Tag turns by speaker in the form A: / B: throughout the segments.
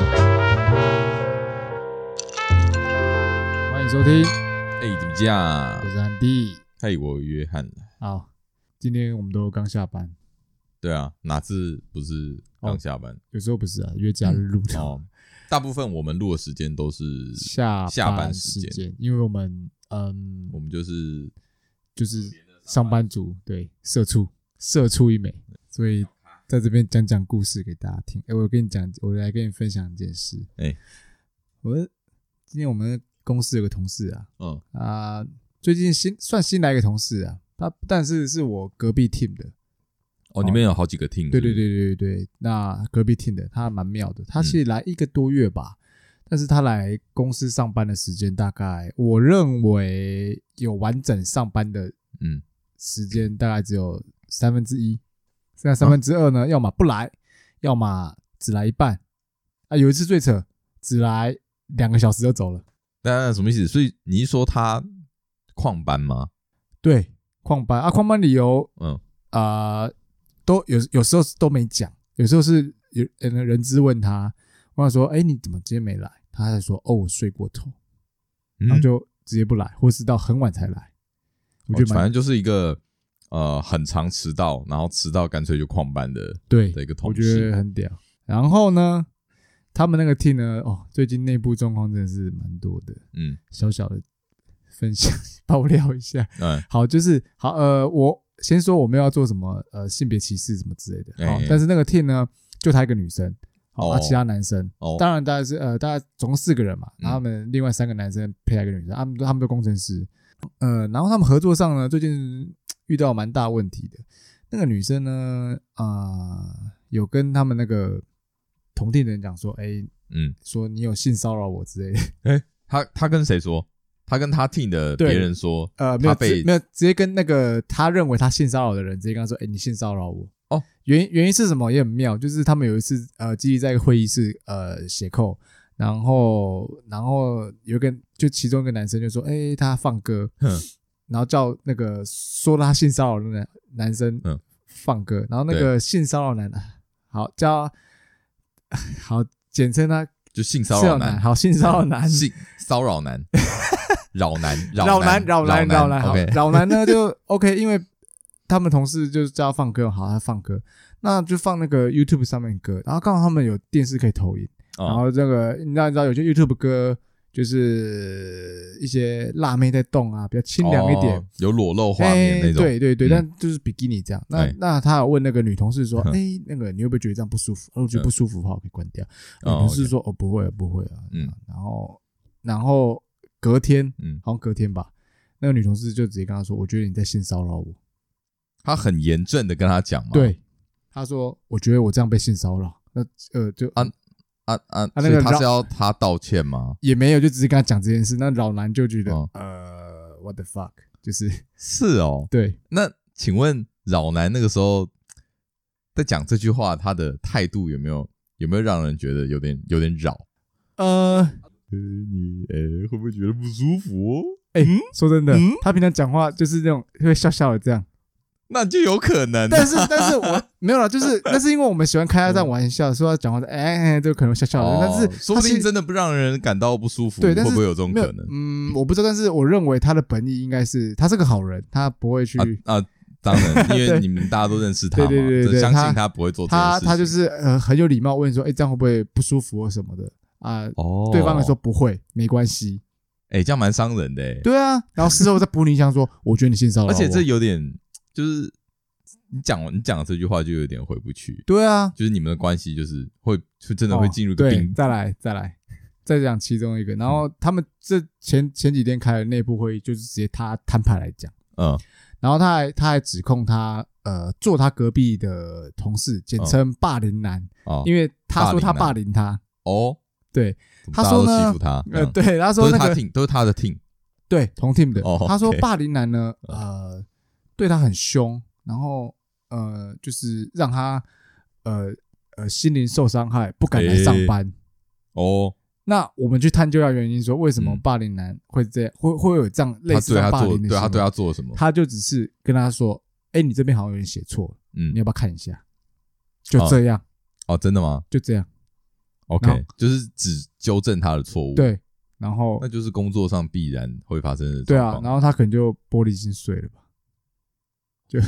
A: 哎假
B: 我，是安迪。
A: 啊泰国约翰。啊
B: 好，今天我们都刚下班，
A: 对啊，哪次不是刚下班？
B: 有时候不是哦啊，约假日录的，
A: 哦，大部分我们录的时间都是
B: 下
A: 下
B: 班
A: 班
B: 时
A: 时
B: 间，因为我们嗯
A: 我，们就是
B: 就是上班族，对，社畜，社畜一枚，所以在这边讲讲故事给大家听。哎，我跟你讲，我来跟你分享一件事。
A: 哎，
B: 我今天我们公司有个同事啊，
A: 嗯
B: 啊、最近新算新来一个同事啊，他但是是我隔壁 team 的，
A: 哦，你们有好几个 team，
B: 对对
A: 是不是，
B: 对对对，那隔壁 team 的他蛮妙的，他其实来一个多月吧，但是他来公司上班的时间大概，我认为有完整上班的
A: 嗯，
B: 时间大概只有三分之一，剩下三分之二呢，要么不来，要么只来一半，啊，有一次最扯，只来两个小时就走了，
A: 那什么意思？所以你是说他旷班吗？
B: 对，旷班啊，旷班理由
A: 嗯，
B: 啊、都有有时候都没讲，有时候是有呃人资问他，问他说：“哎，你怎么今天没来？”他才说：“哦，我睡过头。”然后
A: 嗯
B: 就直接不来，或是到很晚才来。我觉得
A: 哦反
B: 蛮
A: 正就是一个呃很常迟到，然后迟到干脆就旷班的
B: 对，
A: 的一个
B: 我
A: 同
B: 觉
A: 事
B: 得，很屌。然后呢，他们那个 team 呢，哦，最近内部状况真的是蛮多的，
A: 嗯
B: 小小的分享爆料一下。
A: 嗯
B: 好，就是好，呃，我先说我们要做什么，呃，性别歧视什么之类的。好，
A: 哎
B: 但是那个 team 呢，就他一个女生，好，啊
A: 哦
B: 其他男生，
A: 哦，
B: 当然大概是呃，大概总共四个人嘛，
A: 嗯
B: 然后他们另外三个男生配了一个女生，他们他们都工程师，呃，然后他们合作上呢，最近遇到蛮大问题的。那个女生呢，啊、有跟他们那个同地人讲说，哎，
A: 嗯，
B: 说你有性骚扰我之类的，
A: 他他跟谁说？他跟他 team 的别
B: 对
A: 人说，
B: 呃，没有
A: 他被
B: 直没有直接跟那个他认为他性骚扰的人直接跟他说，哎，你性骚扰我。
A: 哦，
B: 原因原因是什么也很妙，就是他们有一次呃，基地在一个会议室呃写扣，然后然后有一个就其中一个男生就说，哎，他放歌
A: 哼，
B: 然后叫那个说他性骚扰的男男生
A: 嗯
B: 放歌，然后那个性骚扰男啊好叫 好简称他
A: 就性骚
B: 骚
A: 扰
B: 扰
A: 男
B: 男，，好性骚扰男
A: 性骚扰男， 扰男，
B: 扰
A: 男，
B: 扰
A: 男，
B: 男扰男，好
A: OK，
B: 扰男呢就 OK，因为他们同事就是叫他放歌，好，他放歌，那就放那个 YouTube 上面的歌，然后刚好他们有电视可以投影，
A: 哦
B: 然后这个你知道你知道有些 YouTube 歌就是一些辣妹在动啊，比较清凉一点
A: 哦。有裸露画面那
B: 哎
A: 种，
B: 对对对，
A: 嗯
B: 但就是比基尼这样。那
A: 哎嗯
B: 那他有问那个女同事说：“
A: 哼
B: 哎，那个你会不会觉得这样不舒服？”哦我觉得不舒服的话，我可以关掉。女
A: 哦
B: 同事说：“哦，不会啊，不会啊。”
A: 嗯
B: 然后然后隔天，
A: 嗯，
B: 好像隔天吧，那个女同事就直接跟他说：“我觉得你在性骚扰我。
A: 他很严正的跟他讲嘛，
B: 对，他说：“我觉得我这样被性骚扰。”那呃，就
A: 啊啊啊，
B: 那
A: 所以
B: 个
A: 他
B: 扰
A: 是要他道歉吗？
B: 也没有，就只是跟他讲这件事。那老男就觉得
A: 哦，
B: 呃，what the fuck，就是
A: 是哦，
B: 对，
A: 那请问扰男那个时候在讲这句话，他的态度有没有有没有让人觉得有点有点扰？
B: 呃，
A: 呃，你哎会不会觉得不舒服？
B: 哎，说真的
A: 嗯，
B: 他平常讲话就是那种会笑笑的这样。
A: 那就有可 能，
B: 但是，但是我没有了， 就是那是因为我们喜欢开他这样玩笑，说他讲话的，哎，哎就可能笑笑的，但
A: 哦
B: 是
A: 说不
B: 他其
A: 定
B: 实
A: 真的不让人感到不舒服，
B: 对但是
A: 会不会有这种
B: 没有
A: 可能？
B: 嗯，我不知道，但是我认为他的本意应该是他是个好人，他不会去，
A: 啊啊，当然，因为
B: 嗯对
A: 你们大家都认识他嘛，
B: 对对对对
A: 就相
B: 他
A: 信他不会做这件
B: 他
A: 事情。
B: 他就是呃很有礼貌问说，哎，这样会不会不舒服或什么的啊？
A: 哦，
B: 对方来说，不会，没关系。
A: 哎，这样蛮伤人的欸，
B: 对啊，然后事后再补你一枪说，我觉得你性骚扰我，
A: 而且这有点就是你讲完你讲这句话就有点回不去，
B: 对啊，
A: 就是你们的关系就是会就真的会进入一
B: 哦
A: 个
B: 对
A: 冰，
B: 再来再来再讲其中一个，然后他们这前前几天开的内部会议，就是直接他摊牌来讲，
A: 嗯
B: 然后他还他还指控他呃做他隔壁的同事，简称霸凌男，
A: 哦
B: 因为他说他霸
A: 霸
B: 凌他，
A: 哦，
B: 对
A: 怎么
B: 他
A: 大家
B: 说
A: 都
B: 呢
A: 欺负他，这
B: 呃
A: 样
B: 对，他
A: 都
B: 说
A: 哦是
B: 那
A: 他
B: 个
A: team 都是他的 team，
B: 对同 team 的
A: 哦，
B: 他说
A: OK 哦
B: 霸凌男呢呃对他很凶，然后呃就是让他呃呃心灵受伤害，不敢来上
A: 诶
B: 班。
A: 哦，
B: 那我们去探究一下原因，说为什么
A: 嗯
B: 霸凌男会这样，会会有这样类
A: 他
B: 似
A: 对
B: 这样
A: 嗯他
B: 霸
A: 做
B: 凌的
A: 对他
B: 行为
A: 对他做了什么？
B: 他就只是跟他说：“哎，你这边好像有点写错了，
A: 嗯
B: 你，要不要看一下？”就这样，
A: 哦，真的吗
B: 就这样，
A: ？OK，
B: 然后
A: 就是只纠正他的错误，
B: 对。然后
A: 那就是工作上必然会发生的
B: 对
A: 状
B: 啊
A: 况。，
B: 然后他可能就玻璃心碎了吧，就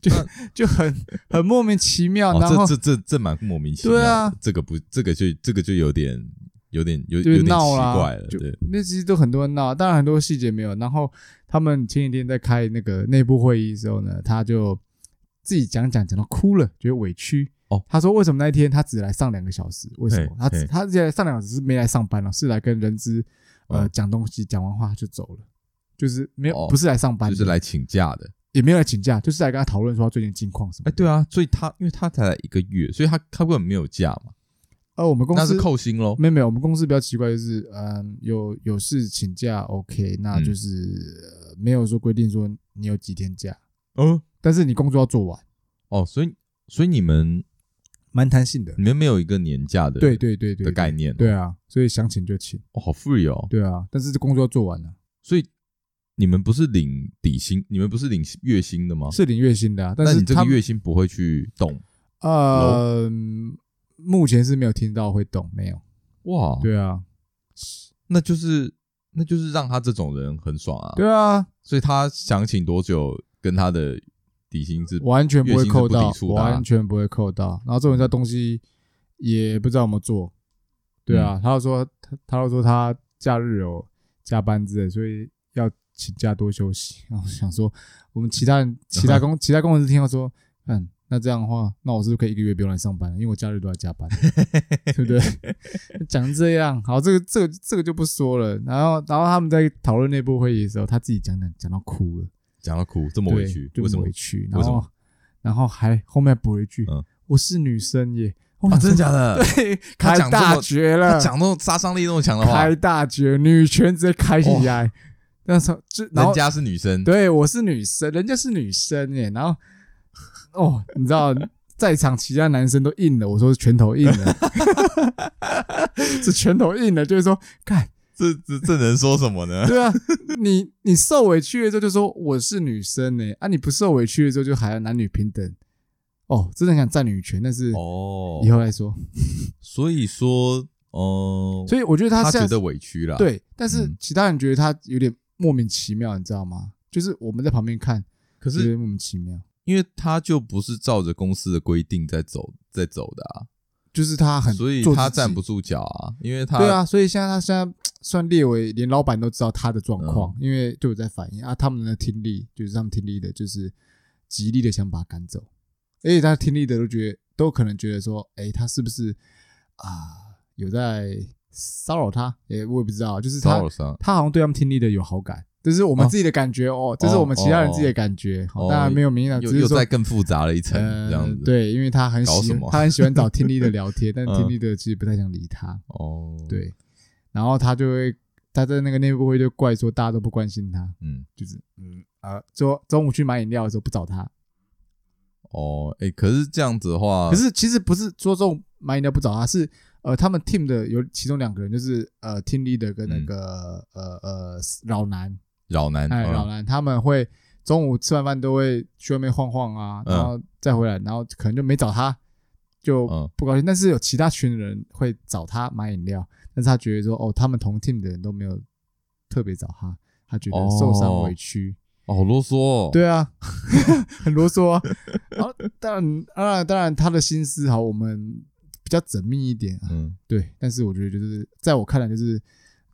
B: 就就很很莫名其妙，然后
A: 哦、这这这这蛮莫名其妙的。
B: 对啊
A: 这个不，这个就这个就有点有点有
B: 就
A: 有点奇
B: 闹啦
A: 怪了，
B: 就
A: 对。
B: 那其实都很多人闹，当然很多细节没有。然后他们前几天在开那个内部会议的时候呢，他就自己讲讲讲到哭了，觉得委屈。
A: 哦，
B: 他说为什么那一天他只来上两个小时？为什么
A: 嘿
B: 他只
A: 嘿
B: 他只来上两个小时是没来上班了，是来跟人资呃
A: 哦
B: 讲东西，讲完话就走了，就是没有
A: 哦
B: 不是来上班
A: 就
B: 的，
A: 是来请假的，
B: 也没有来请假，就是来跟他讨论说他最近近况什么
A: 哎，
B: 的。
A: 对啊，所以他因为他才来一个月，所以他他根本没有假嘛，
B: 呃，我们公
A: 那
B: 司
A: 是扣薪喽。
B: 没有没有，我们公司比较奇怪，就是嗯，有有事请假 OK，那
A: 嗯
B: 就是、呃没有说规定说你有几天假，
A: 嗯，
B: 但是你工作要做完，
A: 哦，所以所以你们
B: 蛮弹性的。
A: 你们没有一个年假的
B: 对对对对
A: 的概念哦，
B: 对啊，所以想请就请，
A: 哦，好 free 哦。
B: 对啊，但是工作要做完了、
A: 所以你们不是领底薪，你们不是领月薪的吗？
B: 是领月薪的、啊，但
A: 哦那
B: 是
A: 你这
B: 他
A: 个
B: 们
A: 月薪不会去动
B: 呃，嗯目前是没有听到会懂，没
A: 哦
B: 有，
A: 哇？，
B: 对啊，
A: 那就是那就是让他这种人很爽啊。
B: 对啊，
A: 所以他想请多久，跟他的底薪是
B: 完全不会扣到
A: 月薪是不抵，触的啊
B: 完全不会扣到。然后这种家东西也不知道有没有做，对啊，
A: 嗯
B: 他就说他他就说他假日有加班之类，所以要请假多休息。 然后想说我们其他人其他 工其他工程师听到说，嗯，那这样的话，那我是不是可以一个月不用来上班了？因为我假日都要加 班，对不对？讲成这样，好，这个这个这个就不说了。然后然后他们在讨论内部会议的时候，他自己讲讲讲到哭了。
A: 讲到哭，这么
B: 对，
A: 委屈，
B: 就
A: 为什么
B: 委？屈？
A: 为
B: 然
A: 什
B: 后然后还后面还补了一句
A: 嗯：“
B: 我是女生耶。”
A: 啊，
B: 哇，
A: 真的 假的？
B: 对，
A: 他
B: 开
A: 讲这么
B: 大绝
A: 他
B: 了，
A: 讲那种杀伤力那么强的话，
B: 开大绝，女权直接开起来。那时候就然后
A: 人家是女生，
B: 对我是女生，人家是女生耶，然后哦，你知道。 在场其他男生都硬了，我说是拳头硬了， 是拳头硬了，就是说，看，
A: 这这这能说什么 呢？
B: 对啊，你你受委屈了之后就说我是女生呢、啊，你不受委屈了之后就还要男女平等，哦，真的很想占女权，但是
A: 哦
B: 以，后再说。
A: 所以说，哦，
B: 所以我觉得
A: 他
B: 现
A: 觉
B: 在
A: 得委屈了，，
B: 对，但是
A: 嗯
B: 其他人觉得他有点莫名其妙，你知道吗？就是我们在旁边看，
A: 可
B: 觉
A: 是
B: 得莫名其妙，
A: 因为他就不是照着公司的规定在走在走的啊，
B: 就是他很
A: 所以
B: 做
A: 他
B: 自己
A: 站不住脚啊，因为他
B: 对啊，所以现在他现在算列为连老板都知道他的状况，
A: 嗯
B: 因为就有在反映啊，他们的听力就是他们听力的，就是极力的想把他赶走，而且他听力的都觉得都可能觉得说，哎，他是不是啊有在骚扰他？哎，我也不知道，就是
A: 骚
B: 他
A: 扰伤，
B: 他好像对他们听力的有好感，这是我们
A: 哦
B: 自己的感觉哦，这是我们其他人自己的感觉，好，
A: 哦
B: 当然没有明显，啊
A: 又
B: 只是
A: 又
B: 说
A: 再更复杂了一层，这样子，
B: 呃，，对，因为他很
A: 搞
B: 喜
A: 什
B: 欢
A: 么
B: 他很喜欢找听力的聊 天，但
A: 嗯
B: 听力的其实不太想理他。
A: 哦，，
B: 对，然后他就会他在那个内部会就怪说大家都不关心他，
A: 嗯，
B: 就是嗯呃，说中午去买饮料的时候不找他，
A: 啊哦，哎，可是这样子的话，
B: 可是其实不是说中午买饮料不找他，是呃他们 team 的有其中两个人就是呃 team leader 跟那
A: 嗯
B: 个、呃呃老男，
A: 扰难，
B: 哎
A: 嗯
B: 老男他们会中午吃完饭都会去外面晃晃啊，
A: 嗯
B: 然后再回来，然后可能就没找他。就
A: 嗯
B: 不高兴，但是有其他群人会找他买饮料，但是他觉得说，哦，他们同 team 的人都没有特别找他，他觉得受伤
A: 哦
B: 委屈。
A: 哦，好啰嗦、哦，
B: 对啊， 很啰嗦啊。然后当然，当然，当然，他的心思好，我们比较缜密一点啊。
A: 嗯，
B: 对，但是我觉得就是在我看来就是，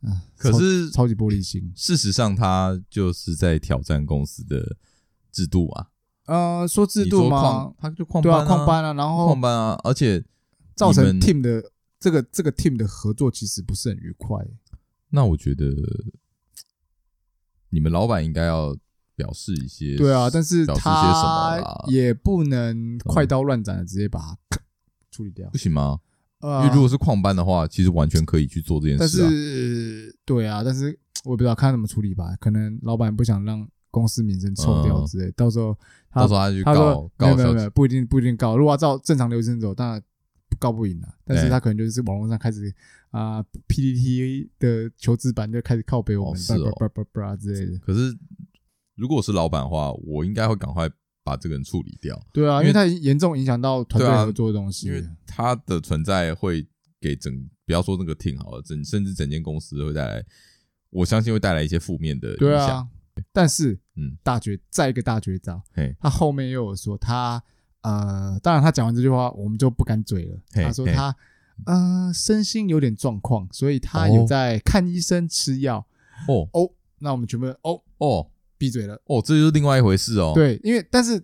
B: 啊、
A: 可
B: 超
A: 是
B: 超级玻璃心。
A: 事实上他就是在挑战公司的制度啊，
B: 呃，说制
A: 你
B: 度
A: 说
B: 嘛
A: 旷，他就旷
B: 对啊，
A: 班、
B: 旷班啊，然后
A: 旷班啊，而且
B: 造成
A: 你们
B: team 的这个这个 team 的合作其实不是很愉快。
A: 那我觉得你们老板应该要表示一些，
B: 对啊，但是
A: 表示些什
B: 他
A: 么啦？
B: 也不能快刀乱斩的啊直接把它咔处理掉
A: 不。行吗？因
B: 呃
A: 为如果是旷班的话，其实完全可以去做这件
B: 但
A: 事啊。
B: 是对啊，但是我也不知道看怎么处理吧，可能老板不想让公司名声臭掉
A: 嗯
B: 之类，到时候他
A: 到时候他去
B: 他说
A: 告
B: 没有
A: 告
B: 没有
A: 小
B: 没有，不一定不一定告，如果照正常流程走，当然告不赢了，但是
A: 对
B: 他可能就是网络上开始啊 PPT 的求职版就开始靠北我
A: 哦
B: 们，
A: 是
B: 叭
A: 哦
B: 叭叭叭叭之类的。
A: 可是如果我是老板的话，我应该会赶快把这个人处理掉，
B: 对啊，因
A: 因
B: 为
A: 为
B: 他严重影响到团
A: 对
B: 队
A: 啊
B: 合作的东西
A: 因
B: 了。
A: 为他的存在会给整不要说那个 team 好了，整甚至整间公司会带来，我相信会带来一些负面的
B: 对
A: 影响。
B: 啊，但是
A: 嗯，
B: 大绝再一个大绝招
A: 嘿，
B: 他后面又有说他呃，当然他讲完这句话，我们就不敢嘴了。
A: 嘿
B: 他说
A: 嘿
B: 他呃身心有点状况，所以他
A: 哦
B: 有在看医生吃药。
A: 哦
B: 哦，那我们全部人哦
A: 哦
B: 闭嘴了。
A: 哦，这就是另外一回事哦。，
B: 对，因为但是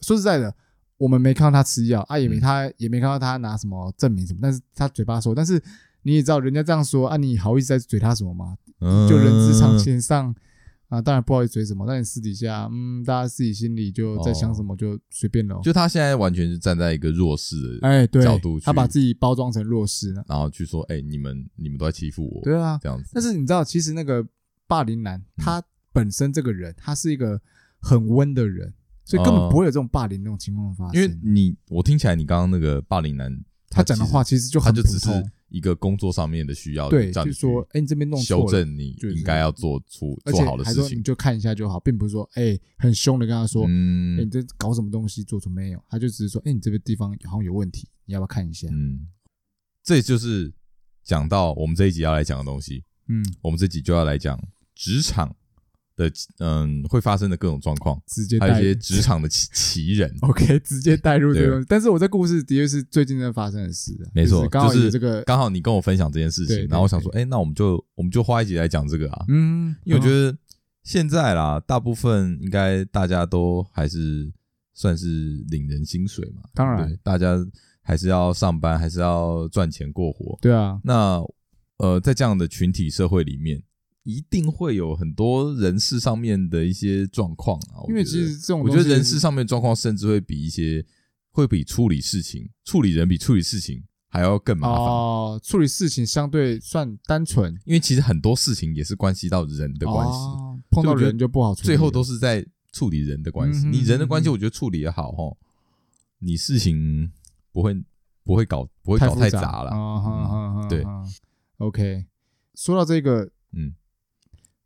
B: 说实在的，我们没看到他吃药啊，也没
A: 嗯
B: 他、也没看到他拿什么证明什么，但是他嘴巴说，但是你也知道人家这样说啊，你好意思再嘴他什么吗？
A: 嗯
B: 就人之常情上。啊，当然不好意思嘴什么，但你私底下，嗯，大家自己心里就在想什么就随便咯。
A: 哦就他现在完全是站在一个弱势的，
B: 哎，对，
A: 角度去
B: 他把自己包装成弱势呢。
A: 然后去说，哎，你们你们都在欺负我，
B: 对啊，
A: 这样子。
B: 但是你知道，其实那个霸凌男
A: 嗯
B: 他本身这个人，他是一个很温的人，所以根本
A: 哦
B: 不会有这种霸凌那种情况发生。
A: 因为你我听起来你刚刚那个霸凌男，
B: 他讲的
A: 其实
B: 话其实就
A: 他
B: 很
A: 就
B: 普
A: 只是
B: 通，
A: 一个工作上面的需要，
B: 对，
A: 叫
B: 就
A: 你
B: 说
A: 去
B: 哎，你这边弄错
A: 修
B: 了，
A: 正你
B: 就是
A: 应该要做出
B: 而
A: 做
B: 且
A: 好的
B: 还
A: 事
B: 说你
A: 情。
B: 就看一下就好，并不是说哎很凶的跟他说，哎你
A: 嗯
B: 这搞什么东西做错没有？他就只是说哎你这个地方好像有问题，你要不要看一下？
A: 嗯，这就是讲到我们这一集要来讲的东西。
B: 嗯，
A: 我们这集就要来讲职场的，嗯，会发生的各种状况，
B: 直接
A: 还有
B: 带
A: 一些职场的奇奇人。
B: OK 直接带入这个
A: 对
B: 东西。但是我这故事的确是最近在发生的事啊，
A: 没
B: 就
A: 错
B: 是刚好
A: 就是
B: 有这个，
A: 刚好你跟我分享这件事
B: 对
A: 情，
B: 对
A: 然后我想说，哎，那我们就我们就花一集来讲这个啊，
B: 嗯，
A: 因为我觉
B: 得
A: 得现在啦，大部分应该大家都还是算是领人薪水嘛，
B: 当然
A: 对大家还是要上班，还是要赚钱过活。
B: 对啊，
A: 那呃，在这样的群体社会里面，一定会有很多人事上面的一些状况啊。我
B: 因为
A: 觉
B: 其
A: 得
B: 实这种
A: 我觉得
B: 东西
A: 人事上面的状况，甚至会比一些会比处理事情、处理人比处理事情还要更麻烦，
B: 哦，处理事情相对算单纯
A: 因为其实很多事情也是关系到人的关系，
B: 哦碰到
A: 所以我觉得
B: 人就不好处理了，
A: 最后都是在处理人的关系。
B: 嗯哼
A: 你人的关系，
B: 嗯哼
A: 我觉得处理也好哦，你事情不会不会搞不会
B: 太
A: 搞
B: 复
A: 太
B: 杂
A: 杂了。嗯
B: 啊哈哈哈
A: 对
B: 哈，OK。说到这个，
A: 嗯，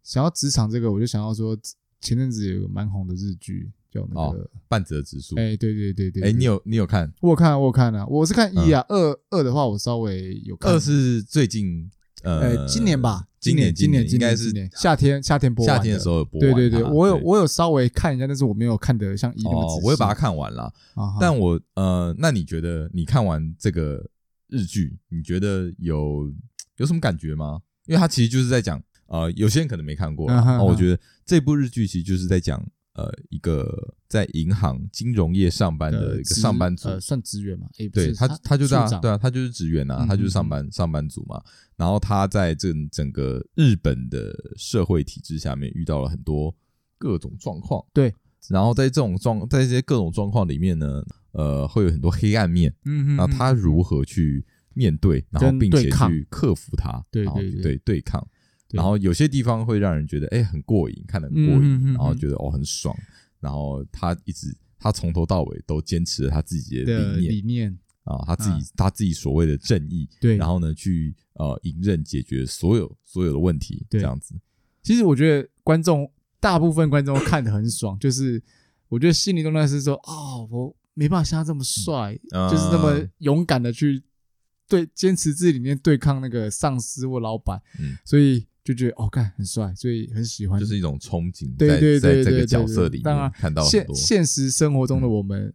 B: 想要职场这个，我就想要说，前阵子有个蛮红的日剧叫那个，
A: 半折指数，
B: 哎，对对对对，
A: 哦哎，你
B: 有
A: 有你有看？
B: 我有看啊我有看啊，我是看一啊，二二的话我稍微有看
A: 二，是最近呃
B: 呃，今年吧，
A: 今
B: 年
A: 今
B: 今年
A: 应该是
B: 今年夏天夏天播完
A: 夏天的时
B: 候，
A: 候有播完
B: 对
A: 它。
B: 对对，我有
A: 对
B: 我有稍微看一下，但是我没有看得像一那么仔
A: 哦
B: 细，
A: 我也把它看完了。
B: 啊哈，
A: 但我呃，那你觉得你看完这个日剧，你觉得有有什么感觉吗？因为它其实就是在讲呃，有些人可能没看过啦，
B: 嗯哼
A: 哦，我
B: 哼
A: 觉得这部日剧其实就是在讲呃，一个在银行金融业上班的一个
B: 职
A: 上班族，
B: 呃算职员嘛，哎，不
A: 对
B: 是
A: 他，他就这
B: 处
A: 样，
B: 长
A: 对啊，他就是职员啊，
B: 嗯
A: 他就是上
B: 嗯
A: 班上班族嘛。然后他在这整个日本的社会体制下面遇到了很多各种状况，
B: 对。
A: 然后在这种状，在这些各种状况里面呢，呃，会有很多黑暗面。
B: 嗯哼，
A: 那他如何去面对，然后
B: 跟
A: 并
B: 对
A: 且
B: 抗
A: 去克服它，
B: 对
A: 然后
B: 对对
A: 对对抗。
B: 对
A: 然后有些地方会让人觉得，哎，很过瘾，看得很过
B: 嗯
A: 瘾。
B: 哼哼哼
A: 然后觉得哦很爽，然后他一直他从头到尾都坚持了他自己的
B: 的
A: 理念
B: 理念，
A: 啊，他自己、他自己所谓的正义，
B: 嗯对，
A: 然后呢去呃迎刃解决所有所有的问题，这
B: 对
A: 样子，
B: 其实我觉得观众大部分观众看得很爽， 就是我觉得心里都那是说，哦，我没办法像他这么帅，
A: 嗯
B: 就是那么勇敢的去对坚持自己理念对抗那个上司或老板，
A: 嗯
B: 所以就觉得哦，看很帅，所以很喜欢。
A: 就是一种憧憬
B: 对
A: 在，在
B: 对对对
A: 这个
B: 对
A: 角
B: 对
A: 色里
B: 当
A: 面
B: 然
A: 看到很
B: 现
A: 多，
B: 现实生活中的我们。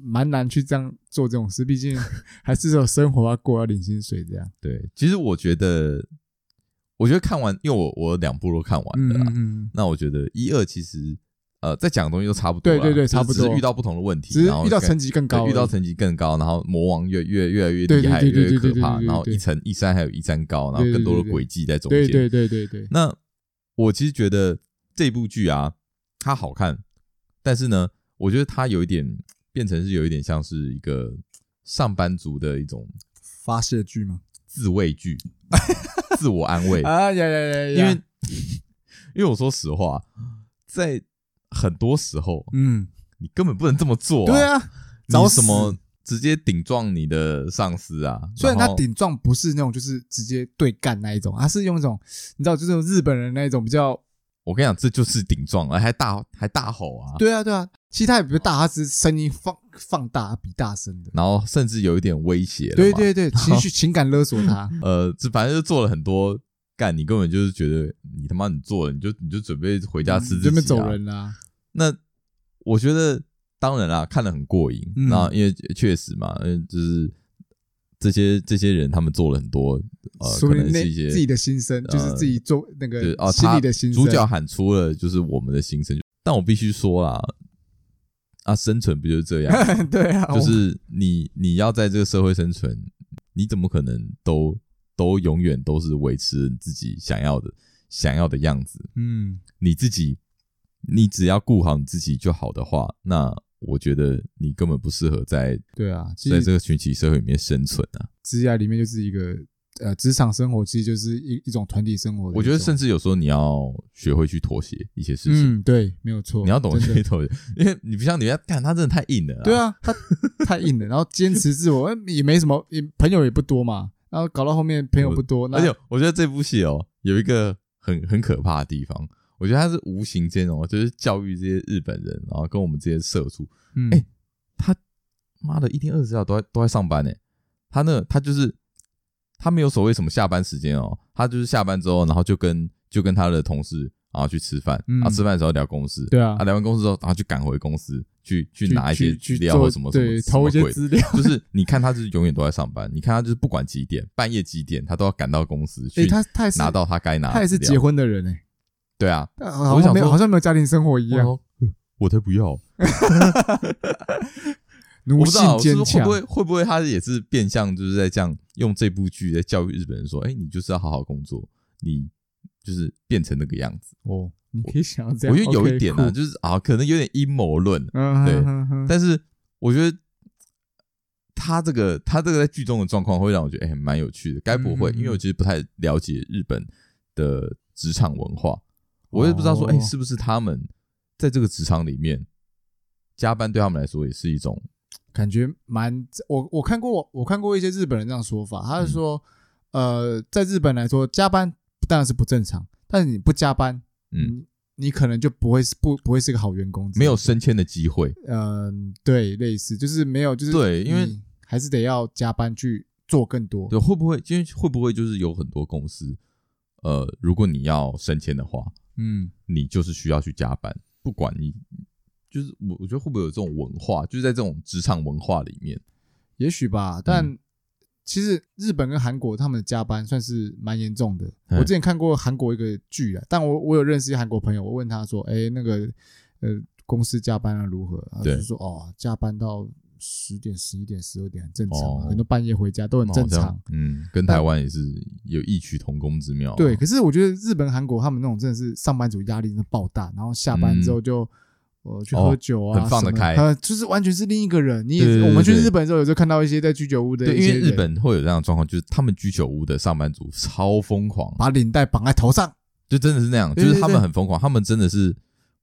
B: 蛮难去这样做这种事，毕竟还是有生活要过，要领薪水这样。
A: 对，其实我觉得，我觉得看完，因为我我两部都看完
B: 嗯
A: 了啦，
B: 嗯嗯，
A: 那我觉觉得一二其实呃在讲的东西都差不多啦，
B: 对对对
A: 就是
B: 差不
A: 只
B: 多
A: 是遇到不同的问题，
B: 只是
A: 然后
B: 遇到
A: 跟
B: 层级更
A: 对
B: 高而已，
A: 遇到层级更高，然后魔王越越越来越
B: 对
A: 厉
B: 对
A: 害，
B: 对
A: 越来
B: 对对
A: 越可
B: 对
A: 怕，
B: 对
A: 然后
B: 对
A: 一层一山还有一山高，然后
B: 对对
A: 更多
B: 对
A: 的
B: 对
A: 轨迹在中
B: 对
A: 间，
B: 对对对对，
A: 那我其实觉得这部剧啊，它好看，但是呢，我觉得它有一点变成是有一点像是一个上班族的一种
B: 发泄剧吗？
A: 自慰剧， 自我安慰。
B: 啊呀呀呀！
A: 因为 因为我说实话，在很多时候
B: 嗯，
A: 你根本不能这么做、
B: 对，啊，
A: 你
B: 找
A: 什
B: 死
A: 么直接顶撞你的上司啊？
B: 虽然他
A: 后
B: 顶撞不是那种就是直接对干那一种，他是用一种你知道，就是日本人那一种比较，
A: 我跟你讲，这就是顶撞，还大还大吼啊！
B: 对啊对啊，其实他也不是大，他只是声音放放大比大声的，
A: 然后甚至有一点威胁了嘛。
B: 对对对， 情绪情感勒索他，
A: 呃，这反正就做了很多干，你根本就是觉得你他妈你做了，你就你就准备回家吃自己、啊，
B: 这边走人啦，
A: 那我觉得当然啦，看得很过瘾。
B: 嗯
A: 那因为确实嘛，因为就是这些这些人他们做了很多呃，
B: 说
A: 可
B: 不
A: 能
B: 定那
A: 是一些
B: 自己的心声，就是自己做那
A: 对
B: 个
A: 哦，
B: 心
A: 他
B: 里的心声。
A: 主角喊出了就是我们的心声，但我必须说啦，啊，生存不就 是这样？
B: 对啊，
A: 就
B: 我
A: 是你你要在这个社会生存，你怎么可能都都永远都是维持你自己想要的想要的样子？
B: 嗯，
A: 你自己，你只要顾好你自己就好的话，那我觉得你根本不适合在
B: 对啊，其
A: 在
B: 实
A: 这个群体社会里面生存啊。
B: 职涯里面就是一个呃职场生活，其实就是一一种团体生活的一种。
A: 我觉得甚至有时候你要学会去妥协一些事情，
B: 嗯，对，没有错，
A: 你要懂得
B: 真的
A: 去妥协，因为你不像你要干，他真的太硬了、
B: 对，啊，他 太硬了，然后坚持自我，嗯也没什么，也朋友也不多嘛，然后搞到后面朋友不多，那
A: 而且我觉得这部戏哦有一个很很可怕的地方，我觉得他是无形间哦，就是教育这些日本人，然后跟我们这些社畜，
B: 嗯，
A: 哎妈的，一天二十四小时都在都在上班呢。欸他那他就是他没有所谓什么下班时间哦，他就是下班之后，然后就跟就跟他的同事然后去吃饭，
B: 嗯
A: 然后吃饭的时候聊公司，
B: 对啊
A: 啊，聊完公司之后，然后就赶回公司去去
B: 去
A: 拿一些
B: 去去
A: 资料
B: 做
A: 或什么什么
B: 对，
A: 什么
B: 投一些
A: 鬼
B: 资料，
A: 就是你看他就是永远都在上班，你看他就是不管几点，半夜几点他都要赶到公司
B: 哎，
A: 去
B: 他他也是
A: 拿到他该拿的
B: 他也是
A: 资料
B: 结婚的人哎，
A: 对啊，
B: 但好
A: 想
B: 像没有
A: 说哦
B: 好像没有家庭生活一样，
A: 我呃我才不要，
B: 奴
A: 我不知
B: 性
A: 道是
B: 坚
A: 不是会
B: 强
A: 不，会会不会他也是变相就是在这样用这部剧在教育日本人说，哎、你就是要好好工作，你就是变成那个样子。
B: 哦，你可以想要这
A: 我
B: 样，
A: 觉得有
B: OK，
A: 一点呢、啊
B: 酷
A: 就是啊，可能有点阴谋论，
B: 嗯，
A: 对
B: 哼哼哼
A: 但是我觉得他这个他这个在剧中的状况会让我觉得哎蛮、有趣的，该不会、
B: 嗯
A: 因为我其实不太了解日本的职场文化，我也不知道说
B: 哦
A: 哎、是不是他们在这个职场里面加班对他们来说也是一种
B: 感觉蛮我我看过我看过一些日本人这样说法，他
A: 嗯
B: 是说，呃，在日本来说加班当然是不正常，但是你不加班，
A: 嗯
B: 你，你可能就不会是不不会是个好员工，
A: 没有，升迁的机会。
B: 嗯、对，类似就是没有，就是
A: 对因为
B: 你还是得要加班去做更多，
A: 对，会不会因为会不会就是有很多公司，呃，如果你要升迁的话，
B: 嗯，
A: 你就是需要去加班，不管你就是我，我觉得会不会有这种文化，就是在这种职场文化里面，
B: 也许吧，但。
A: 嗯
B: 其实日本跟韩国他们的加班算是蛮严重的。
A: 嗯
B: 我之前看过韩国一个剧啊，但我我有认识一些韩国朋友，我问他说：“哎，那个呃公司加班啊如何？”他
A: 对
B: 就说：“哦，加班到十点、十一点、十二点很正常啊，
A: 哦
B: 很多半夜回家都很正
A: 好
B: 常
A: 像。嗯，跟台湾也是有异曲同工之妙啊、”
B: 对，可是我觉得日本、韩国他们那种真的是上班族压力真的爆大，然后下班之后就。呃，去
A: 嗯哦
B: 喝酒啊，
A: 很放
B: 什
A: 得
B: 么的
A: 开
B: 呃，就是完全是另一个人。你也
A: 对对
B: 是，
A: 对
B: 我们去
A: 对
B: 日本的时候，有时候看到一些在居酒屋的
A: 对，
B: 一
A: 因
B: 些
A: 为
B: 人，
A: 日本会有这样的状况，就是他们居酒屋的上班族超疯狂，
B: 把领带绑在头上，
A: 就真的是那样，就
B: 啊对对
A: 是他们
B: 对
A: 很疯狂，他们真的是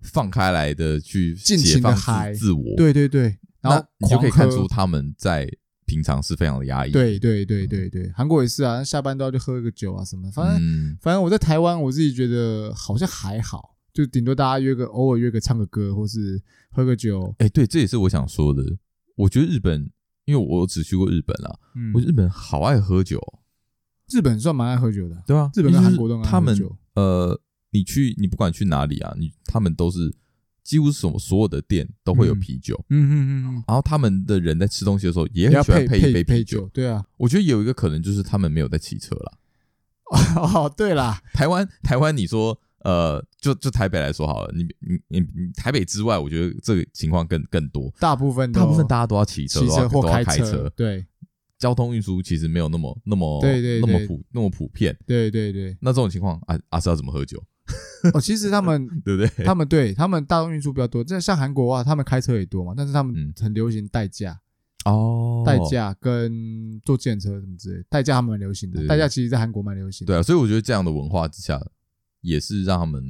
A: 放开来的去
B: 尽
A: 解
B: 情地
A: 放
B: 嗨
A: 自自我，
B: 对对对，然后
A: 那你就可以
B: 狂
A: 看
B: 喝
A: 出，他嗯们在平常是非常的压抑。
B: 对对对对对，韩国也是啊，下班都要去喝个酒啊什么，反正、
A: 嗯，
B: 反正我在台湾，我自己觉得好像还好，就顶多大家约个偶尔约个唱个歌，或是喝个酒，
A: 哎、对，这也是我想说的。我觉得日本，因为我只去过日本啦，
B: 嗯
A: 我，觉得日本好爱喝酒，
B: 日本算蛮爱喝酒的，啊
A: 对吧？
B: 日本跟
A: 就是
B: 韩国都很爱
A: 他
B: 喝
A: 们
B: 酒，
A: 呃，你去你不管去哪里啊，你他们都是几乎什么所有的店都会有
B: 嗯
A: 啤酒，
B: 嗯嗯嗯，
A: 然后他们的人在吃东西的时候也
B: 也要
A: 很喜欢
B: 配
A: 配一
B: 配
A: 杯啤
B: 配
A: 酒。
B: 酒，对啊，
A: 我觉得有一个可能就是他们没有在骑车啦。
B: 哦对啦，
A: 台湾台湾，你说呃，就就台北来说好了，你你你你台北之外，我觉得这个情况更更多，
B: 大部分都
A: 大部分大家都要骑车，
B: 骑
A: 都要
B: 车或
A: 都要开
B: 车，对
A: 交通运输其实没有那么那么
B: 对对对
A: 那么普那么普遍。
B: 对对
A: ，
B: 对
A: 那这种情况，阿阿是要怎么喝酒，
B: 哦，其实他们
A: 对不对？
B: 他们对他们大众运输比较多，这像韩国啊，他们开车也多嘛，但是他们
A: 嗯
B: 很流行代驾，
A: 哦
B: 代驾跟坐电车什么之类，代驾他们蛮流行的，
A: 对
B: 代驾其实在韩国蛮流行的，
A: 对啊，所以我觉得这样的文化之下，也是让他们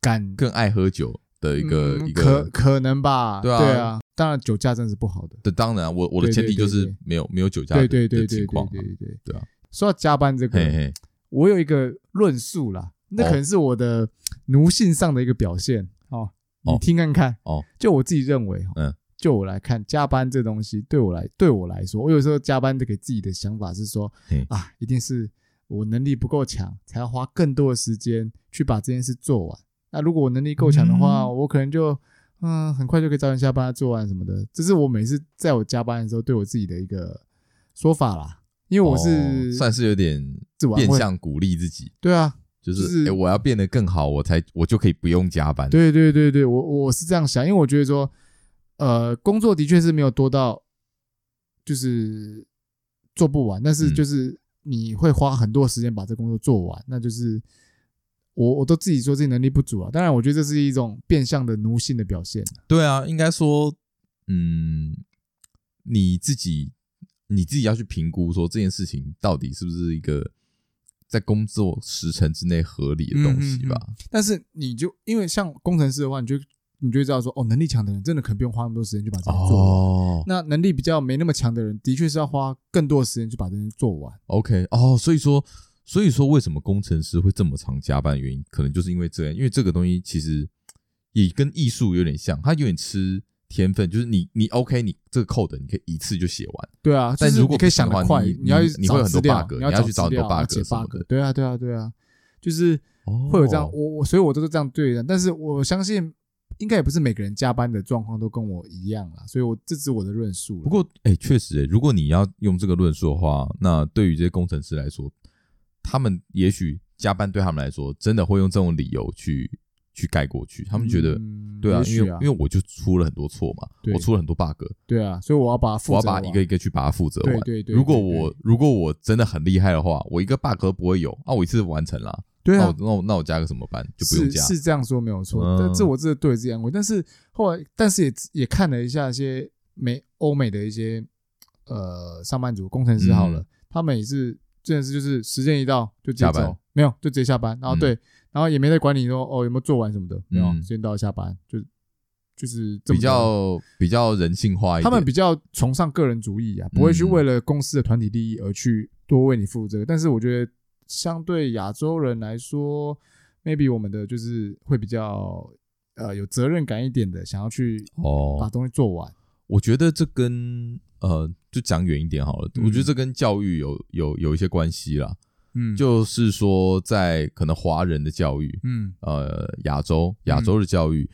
B: 敢
A: 更爱喝酒的一个、
B: 嗯
A: 一
B: 可
A: 个。
B: 可能吧，
A: 对啊
B: 当然酒驾真的是不好的，
A: 对，当然啊，我我的
B: 对
A: 前提
B: 对
A: 就
B: 对
A: 是
B: 对
A: 没有没有酒驾的
B: 对对对
A: 的
B: 对
A: 情况
B: 对
A: 嘛，
B: 对对
A: 对啊，
B: 说到加班这
A: 嘿
B: 个，
A: 嘿，
B: 我有一个论述啦，那
A: 哦
B: 可能是我的奴性上的一个表现哦，你
A: 哦
B: 听看看
A: 哦，
B: 就我自己认为，哦
A: 嗯，
B: 就我来看，加班这东西对我来对我来说，我有时候加班就给自己的想法是说
A: 嘿，
B: 啊，一定是我能力不够强，才要花更多的时间去把这件事做完。那如果我能力够强的话，
A: 嗯
B: 我可能就嗯，很快就可以早点下班做完什么的。这是我每次在我加班的时候对我自己的一个说法啦，因为我
A: 哦
B: 是
A: 算是有点
B: 自晚
A: 变
B: 会，
A: 相鼓励自己，
B: 对啊，
A: 就是
B: 就
A: 诶
B: 是
A: 我要变得更好，我才我就可以不用加班。
B: 对对对对，我我是这样想，因为我觉得说，呃，工作的确是没有多到，就是做不完，但是
A: 嗯
B: 就是你会花很多时间把这工作做完，那就是我我都自己说自己能力不足啊。当然，我觉得这是一种变相的奴性的表现。
A: 对啊，应该说，嗯，你自己你自己要去评估说这件事情到底是不是一个在工作时程之内合理
B: 嗯
A: 的东西吧。
B: 但是你就因为像工程师的话，你就你就会知道说，哦，能力强的人真的可能不用花那么多时间去把这件事做完。
A: 哦
B: 那能力比较没那么强的人，的确是要花更多的时间去把这件事做完。
A: ，OK，哦，所以说，所以说为什么工程师会这么常加班？原因可能就是因为这样，因为这个东西其实也跟艺术有点像，它有点吃天分，就是你你 OK，你这个 code 你可以一次就写完。
B: 对啊，
A: 但
B: 就是
A: 如果
B: 你可以
A: 不行
B: 想
A: 的话
B: 得快，
A: 你
B: 要去
A: 你你会
B: 找
A: 很
B: 资
A: 多
B: 料
A: bug，
B: 你
A: 你要去
B: 找
A: 找
B: 资
A: 很多
B: 料要
A: bug
B: 解
A: 什么
B: bug，
A: 的
B: 对啊，对啊，对啊，就是
A: 哦
B: 会有这样，我我所以我都是这样对人，但是我相信应该也不是每个人加班的状况都跟我一样啦，所以我这只是我的论述啦。
A: 不过，哎、确实、欸，如果你要用这个论述的话，那对于这些工程师来说，他们也许加班对他们来说，真的会用这种理由去去盖过去。他们觉得，
B: 嗯
A: 对啊，
B: 也
A: 因
B: 许
A: 为因为我就出了很多错嘛，
B: 对
A: 我出了很多 bug，
B: 对啊，所以我要把它负
A: 我要
B: 责
A: 把一个
B: 完
A: 一个去把它负责完。
B: 对对对，
A: 如果
B: 对对
A: 我如果我真的很厉害的话，我一个 bug 都不会有，啊，我一次完成了，
B: 对
A: 那
B: 啊
A: 我，那我那我加个什么班就不用加，
B: 是是这样说没有错，
A: 嗯
B: 但这我这对自己安慰。但是后来，但是也也看了一下一些美欧美的一些呃上班族工程师好了，
A: 嗯
B: 他们也是真的是就是时间一到就直接
A: 下班
B: 走，没有就直接下班，然后
A: 嗯
B: 对，然后也没在管你说哦有没有做完什么的，没有、
A: 嗯
B: 时间到下班就就是这么
A: 比
B: 多。
A: 较比较人性化一点。
B: 他们比较崇尚个人主义啊，不会去
A: 嗯
B: 为了公司的团体利益而去多为你负责。但是我觉得，相对亚洲人来说，maybe 我们的就是会比较呃有责任感一点的，想要去
A: 哦
B: 把东西做完。
A: 我觉得这跟呃，就讲远一点好了。
B: 嗯
A: 我觉得这跟教育有有有一些关系啦。
B: 嗯
A: 就是说，在可能华人的教育，
B: 嗯
A: 呃，亚洲亚洲的教育，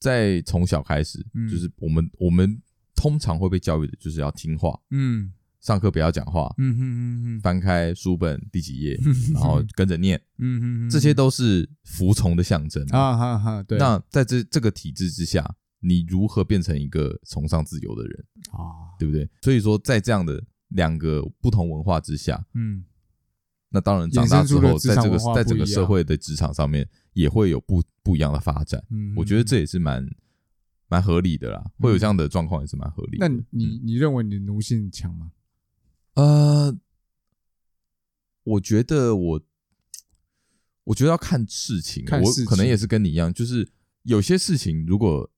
A: 在从小开始，
B: 嗯
A: 就是我们我们通常会被教育的就是要听话，
B: 嗯
A: 上课不要讲话，
B: 嗯嗯嗯
A: 翻开书本第几 页，然后跟着念，
B: 嗯嗯
A: 这些都是服从的象征。
B: 啊哈哈对
A: 那在这这个体制之下，你如何变成一个崇尚自由的人？
B: 啊
A: 对不对？所以说，在这样的两个不同文化之下，
B: 嗯
A: 那当然长大之后，
B: 衍生出的
A: 在
B: 职场
A: 这个
B: 文化不一
A: 在
B: 样
A: 整个社会的职场上面也会有不不一样的发展。
B: 嗯，
A: 我觉得这也是蛮蛮合理的啦，会有这样的状况也是蛮合理
B: 那
A: 的。
B: 你你你认为你的奴性强吗？
A: 呃，我觉得我我觉得要看事情，
B: 看事情
A: 我可能也是跟你一样，就是有些事情如果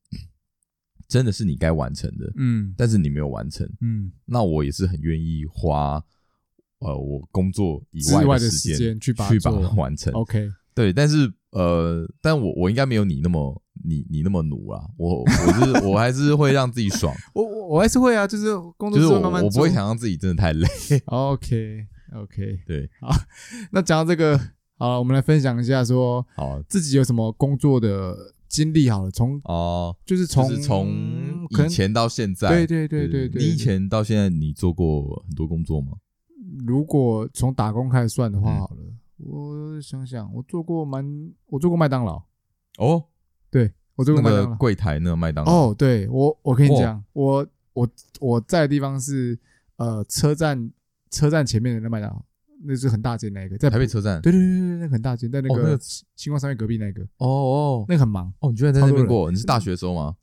A: 真的是你该完成的，
B: 嗯
A: 但是你没有完成，
B: 嗯，
A: 那我也是很愿意花呃我工作以
B: 之
A: 外
B: 外的
A: 的
B: 时
A: 间
B: 间去把它
A: 去把
B: 做
A: 它
B: 完
A: 完成。
B: OK
A: 对，但是呃，但我我应该没有你那么你你那么努啊，我我是我还是会让自己 爽，
B: 我我我还是会啊，就是工作
A: 就是
B: 之后
A: 我
B: 慢慢
A: 我不会
B: 做
A: 想让自己真的太累。
B: OK OK，
A: 对，
B: 那讲到这个，好了，我们来分享一下说
A: 好啊
B: 自己有什么工作的经历好了，从
A: 哦，
B: 就是
A: 就
B: 从
A: 是从
B: 可
A: 以
B: 能
A: 前到现在，
B: 对对对对对，
A: 你以前到现在你做过很多工作吗？
B: 如果从打工开始算的话
A: 嗯
B: 好了，我想想，我做过蛮，我做过麦当劳，
A: 哦，
B: 对我做
A: 那
B: 过麦当
A: 个
B: 劳。
A: 柜台那个麦当劳，
B: 哦，对我我跟你
A: 哇
B: 讲，我我我在的地方是呃车站车站前面的那麦当劳，那是很大间那一个，在
A: 台北车站，
B: 对对对对对，那个很大间，在那
A: 哦那
B: 个
A: 个
B: 星光商业隔壁那个，
A: 哦哦
B: 那个很忙。
A: 哦，你居然在那
B: 超多
A: 边
B: 人
A: 过，你是大学的时候吗？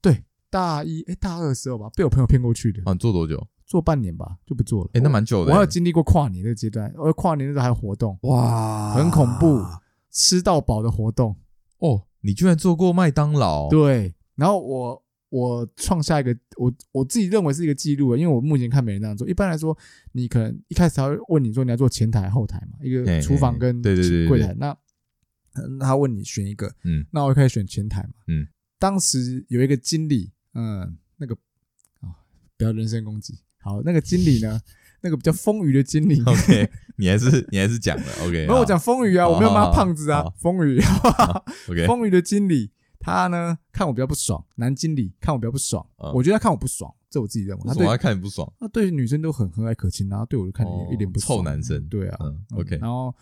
B: 大一哎大二的时候吧，被我朋友骗过去的，
A: 啊，你做多久？
B: 做半年吧就不做了。
A: 哎，那
B: 我
A: 蛮久的
B: 我还有
A: 欸，
B: 经历过跨年的阶段，我跨年的时候还有活动，
A: 哇
B: 很恐怖，
A: 啊
B: 吃到饱的活动。
A: 哦！你居然做过麦当劳？
B: 对，然后我我创下一个我我自己认为是一个记录啊了，因为我目前看没人这样做。一般来说，你可能一开始他会问你说你要做前台后台嘛，一
A: 嘿
B: 个厨房
A: 嘿
B: 跟
A: 对对对对
B: 柜
A: 对
B: 台。那嗯他问你选一个，
A: 嗯，
B: 那我就开始选前台嘛，
A: 嗯，
B: 当时有一个经理，嗯，那个不要人身攻击。好，那个经理 呢，那个比较丰腴的经理，
A: OK，你还是你还是讲了 OK
B: 没
A: 好。
B: 有我讲丰腴啊，
A: 好
B: 我没有骂他胖子
A: 好
B: 啊
A: 好，
B: 丰腴，
A: OK，
B: 丰腴的经理，他呢看我比较不爽，男经理看我比较不爽，
A: 嗯
B: 我觉得他看我不爽，这我自己认为，
A: 为
B: 他
A: 什么
B: 啊对
A: 他看你不爽？啊
B: 他对女生都很和蔼可亲，然后对我就看
A: 哦
B: 你一脸不爽
A: 臭男生
B: 对啊，
A: 嗯
B: 嗯
A: ，OK，
B: 然后